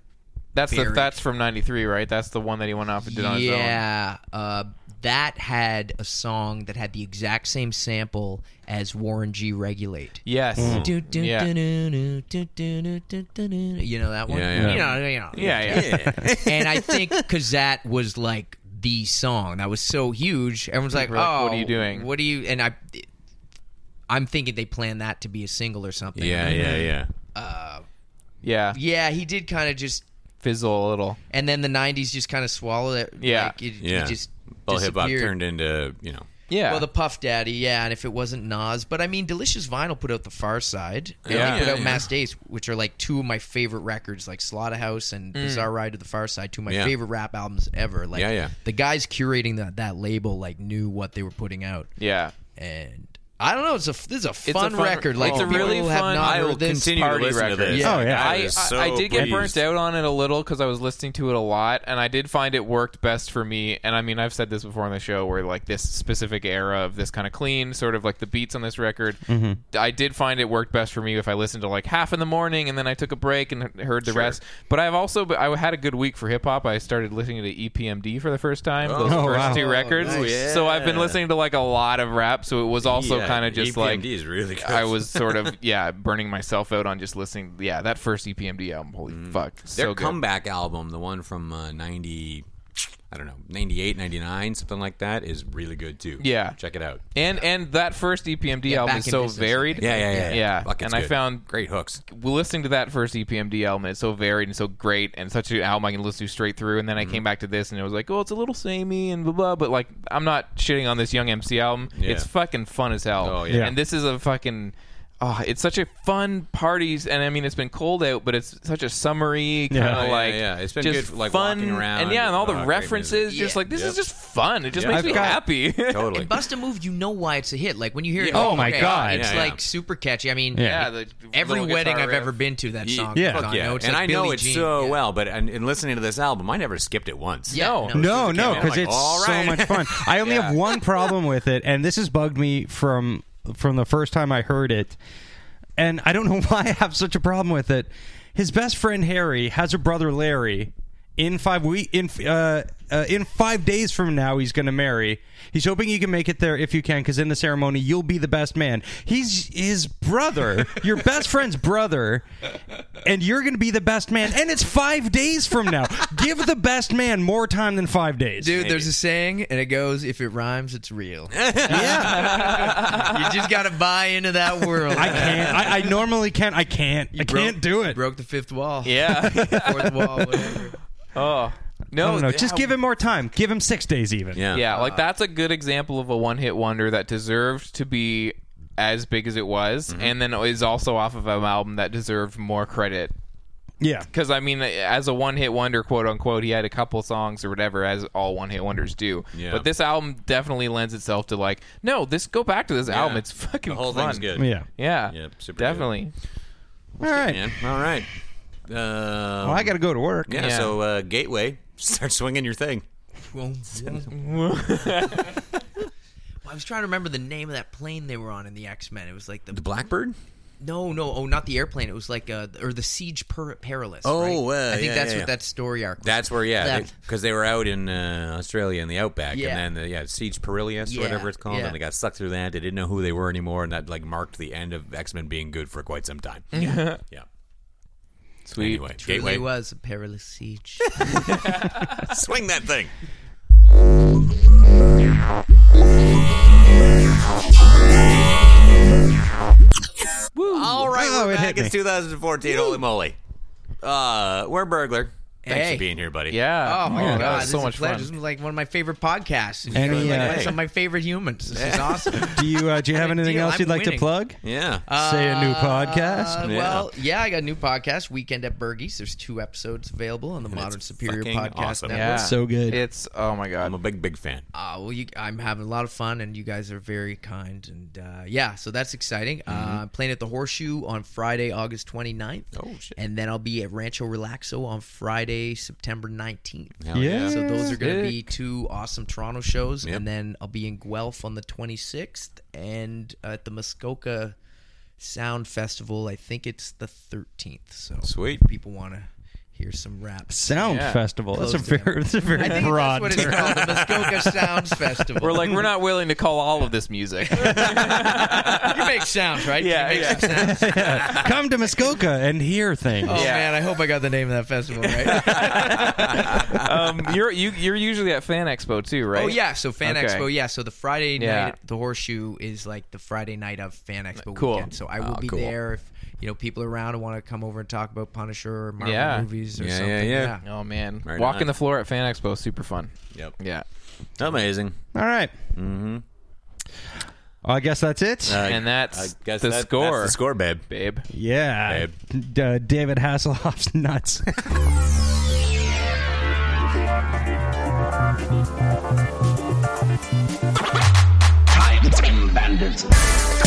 S4: That's the
S5: Buried.
S4: that's from '93, right? That's the one that he went off and did on his own.
S5: yeah, uh, that had a song that had the exact same sample as Warren G. Regulate.
S4: Yes.
S5: Do, do,
S4: Yeah.
S5: do, do, do, do, do, do, do, do. You know that one?
S2: Yeah, yeah.
S5: You know, you know.
S4: Yeah, yeah.
S5: and
S4: [laughs]
S5: I think because that was like the song that was so huge, everyone's like,
S4: People were like,
S5: "Oh,
S4: what are you doing?"
S5: What are you?" And I, I'm thinking they planned that to be a single or something.
S2: Yeah, yeah,
S4: Mm-hmm.
S2: yeah.
S4: Yeah.
S5: yeah. He did kind of just,
S4: Fizzle a little.
S5: and then the '90s just kind of swallowed it.
S4: Yeah.
S5: like, it, it
S2: Yeah.
S5: just
S2: Well, hip hop
S5: disappeared.
S2: turned into you know.
S4: Yeah.
S5: Well, the Puff Daddy, yeah, and if it wasn't Nas, but I mean, Delicious Vinyl put out the Far Side, and
S4: Yeah.
S5: they put
S2: Yeah,
S5: out
S2: yeah.
S5: Mass Days, which are like two of my favorite records, like Slaughterhouse and Bizarre Ride to the Far Side, two of my
S2: Yeah.
S5: favorite rap albums ever. Like,
S2: Yeah, yeah.
S5: the guys curating that that label like knew what they were putting out,
S4: yeah.
S5: and I don't know. It's a this is a
S4: a
S5: fun,
S4: fun-
S5: record. Like
S4: it's a
S5: people
S4: really
S5: have
S4: fun-
S5: not
S4: I
S5: heard
S2: will
S5: this.
S2: continue to
S4: party
S2: listen to
S4: record.
S2: this.
S3: Yeah. Oh, yeah.
S4: I,
S2: was
S4: I-
S2: so
S4: I did get
S2: pleased.
S4: burnt out on it a little because I was listening to it a lot, and I did find it worked best for me. And I mean, I've said this before on the show, where like this specific era of this kind of clean, sort of like the beats on this record, I did find it worked best for me if I listened to like half in the morning and then I took a break and h- heard the rest. But I've also but I had a good week for hip hop. I started listening to E EPMD for the first time. Those
S3: Oh,
S4: first
S3: wow.
S4: two
S3: Oh,
S4: records.
S2: nice.
S4: So I've been listening to like a lot of rap. So it was also
S2: Yeah, E
S4: kind of just like
S2: EPMD is really good.
S4: I was
S2: [laughs]
S4: sort of yeah burning myself out on just listening. Yeah, that first E EPMD album, holy fuck,
S2: Their
S4: so good.
S2: Mm. comeback album, the one from uh, 90, I don't know, 98, 99, something like that, is really good too.
S4: Yeah.
S2: Check it out.
S4: And and that first E EPMD
S5: Yeah,
S4: album
S5: Back
S4: is
S5: in
S4: so
S5: Business, I
S4: varied.
S5: think.
S2: Yeah, yeah, yeah.
S4: Yeah,
S2: Fuck, it's
S4: and I
S2: good.
S4: found-
S2: great hooks.
S4: listening to that first E EPMD album, it's so varied and so great, and such an album I can listen to straight through. And then
S2: Mm-hmm.
S4: I came back to this, and it was like, oh, it's a little samey and blah blah. But like, I'm not shitting on this Young MC album.
S2: Yeah.
S4: It's fucking fun as hell.
S2: Oh, yeah. Yeah.
S4: And this is a fucking. Oh, it's such a fun parties, and I mean it's been cold out, but it's such a summery kind
S3: Yeah.
S4: of
S3: Oh, yeah,
S4: like
S2: yeah. It's been
S4: just
S2: good, like,
S4: fun
S2: walking around.
S4: and yeah, and all
S2: Oh,
S4: the
S2: great
S4: references,
S2: music.
S4: just
S5: Yeah.
S4: like this
S2: Yep.
S4: is just fun. It just makes
S3: I've
S4: me
S3: got-
S4: happy.
S2: [laughs] Totally.
S5: And Bust a Move, you know why it's a hit. Like when you hear it,
S4: Yeah.
S5: like,
S3: Oh, my
S5: okay,
S3: God.
S5: it's
S2: Yeah,
S5: like
S2: yeah.
S5: super catchy. I mean,
S3: Yeah.
S4: [laughs] Yeah, the
S5: every
S4: little guitar
S5: wedding I've
S4: riff.
S5: ever been to, that song.
S3: yeah.
S5: is
S3: Fuck
S5: on.
S2: yeah.
S5: No, it's
S2: and
S5: like
S2: I know
S5: Billie
S2: it
S5: Jean.
S2: so
S5: Yeah.
S2: well, but in, in listening to this album, I never skipped it once.
S5: Yeah,
S4: No.
S5: it's
S3: No,
S5: just-
S3: no,
S2: out,
S3: because
S2: I'm like,
S3: it's
S2: "All
S3: so
S2: right."
S3: much fun. I only have one problem with it, and this has bugged me from from the first time I heard it, and I don't know [laughs] why I have such a problem with it. His best friend Harry has a brother Larry. In five week in uh, uh, in five days from now, he's going to marry. He's hoping you can make it there if you can, because in the ceremony you'll be the best man. He's his brother, [laughs] your best friend's brother, and you're going to be the best man. And it's five days from now. Give the best man more time than five days,
S5: Dude, there's a saying, and it goes, "If it rhymes, it's real." you just gotta buy into that world.
S3: I can't. I, I normally can't. I can't. I can't do it.
S5: [laughs] Broke the fifth wall.
S2: [laughs]
S4: Yeah.
S5: [laughs] fourth wall. Whatever.
S4: oh no,
S3: No, no, just
S4: yeah.
S3: give him more time. Give him six days even.
S2: Yeah.
S4: Yeah, like that's a good example of a one-hit wonder that deserved to be as big as it was,
S2: Mm-hmm.
S4: and then is also off of an album that deserved more credit.
S3: Yeah.
S4: Because I mean, as a one-hit wonder, quote unquote, he had a couple songs or whatever, as all one-hit wonders do.
S2: Yeah.
S4: But this album definitely lends itself to like, no, this go back to this album. It's fucking
S2: The whole
S4: fun.
S2: thing's good.
S3: Yeah.
S4: Yeah,
S2: Yeah, super good.
S4: definitely.
S3: All right.
S2: Man. All right. Uh,
S3: Well, I got to go to work.
S2: yeah,
S4: Yeah.
S2: so uh, Gateway, [laughs] start swinging your thing.
S5: Well, I was trying to remember the name of that plane they were on in the X Men. It was like the
S2: The Blackbird?
S5: no, no, oh, not the airplane. It was like uh, or the siege per- perilous.
S2: Oh,
S5: right?
S2: uh,
S5: I think
S2: yeah,
S5: that's
S2: yeah, yeah.
S5: what that story arc. was.
S2: That's where, yeah,
S5: That-
S2: because they were out in uh, Australia in the outback,
S5: Yeah.
S2: and then the, yeah, Siege Perilous,
S5: Yeah,
S2: or whatever it's called,
S5: yeah.
S2: and they got stuck through that. They didn't know who they were anymore, and that like marked the end of X Men being good for quite some
S5: [laughs]
S2: time. Yeah, yeah.
S4: Sweet.
S2: Anyway,
S5: Really
S2: Gateway,
S5: was a perilous siege.
S2: swing that thing. All right,
S3: Oh,
S2: we're
S3: it
S2: back.
S3: hit me.
S2: It's 2014. Holy moly! Uh, we're burglar. Thanks
S5: Hey.
S2: for being here, buddy.
S4: Yeah.
S5: Oh my god,
S4: that was
S5: this
S4: so
S5: is a
S4: much
S5: pleasure.
S4: fun.
S5: This is like one of my favorite podcasts. And
S3: Any,
S5: you guys are
S3: uh,
S5: like, some of my favorite humans. This is awesome.
S3: Do you uh, do you have
S5: [laughs] Good
S3: anything
S5: deal.
S3: else
S5: I'm
S3: you'd like to
S5: winning.
S3: plug?
S2: [laughs] yeah.
S3: Say a new podcast.
S5: Uh,
S2: Yeah.
S5: Well, yeah, I got a new podcast, Weekend at Bergie's. There's two episodes available on the Modern
S2: it's
S5: Superior
S2: fucking
S5: Podcast
S2: awesome.
S5: Network.
S4: yeah.
S3: so good.
S4: It's oh my god.
S2: I'm a big, big fan.
S5: Uh, well, you, I'm having a lot of fun, and you guys are very kind. And uh, yeah, so that's exciting. Uh, playing at the Horseshoe on Friday, August 29th.
S2: Mm-hmm. Oh, shit.
S5: And then I'll be at Rancho Relaxo on Friday, September 19th.
S3: yeah.
S5: So those are going to
S4: Sick.
S5: be two awesome Toronto shows,
S2: Yep.
S5: and then I'll be in Guelph on the 26th, and uh, at the Muskoka Sound Festival. I think it's the 13th. So
S2: Sweet.
S5: if people want to hear some rap.
S3: Sound
S4: Yeah.
S3: festival. That's a
S5: Close to him.
S3: very, that's a very
S5: I think
S3: broad.
S5: that's [laughs] what
S3: [laughs]
S5: it's
S3: term.
S5: called, the
S4: [laughs]
S5: Muskoka Sounds Festival.
S2: [laughs]
S4: we're like, we're not willing to call all of this
S5: [laughs]
S4: music.
S5: you make sounds, right?
S4: Yeah,
S5: you make
S4: yeah.
S5: some sounds.
S3: Come to Muskoka and hear things.
S5: Oh
S4: [laughs] Yeah.
S5: man, I hope I got the name of that festival
S4: [laughs]
S5: right.
S4: um, you're you, you're usually at Fan Expo too, right?
S5: Oh yeah, so Fan
S4: Okay.
S5: Expo. Yeah, so the Friday
S4: Yeah.
S5: night, at the Horseshoe is like the Friday night of Fan Expo
S4: Cool.
S5: weekend. So I will be
S2: cool.
S5: there if you know people around and want to come over and talk about Punisher or Marvel
S4: Yeah.
S5: movies or
S2: Yeah, yeah,
S5: something.
S2: yeah.
S4: Oh man,
S2: Right
S4: walking
S2: on.
S4: the floor at Fan Expo, super fun.
S2: Yep.
S4: Yeah,
S2: Amazing.
S3: All Mm-hmm. I guess that's it.
S2: Uh,
S4: and
S2: I
S4: that's
S2: guess
S4: the
S2: that-
S4: score,
S2: That's the score, babe.
S4: babe.
S3: yeah. D- uh, David Hasselhoff's [laughs] nuts.
S1: Crime Bandits.
S7: bandits.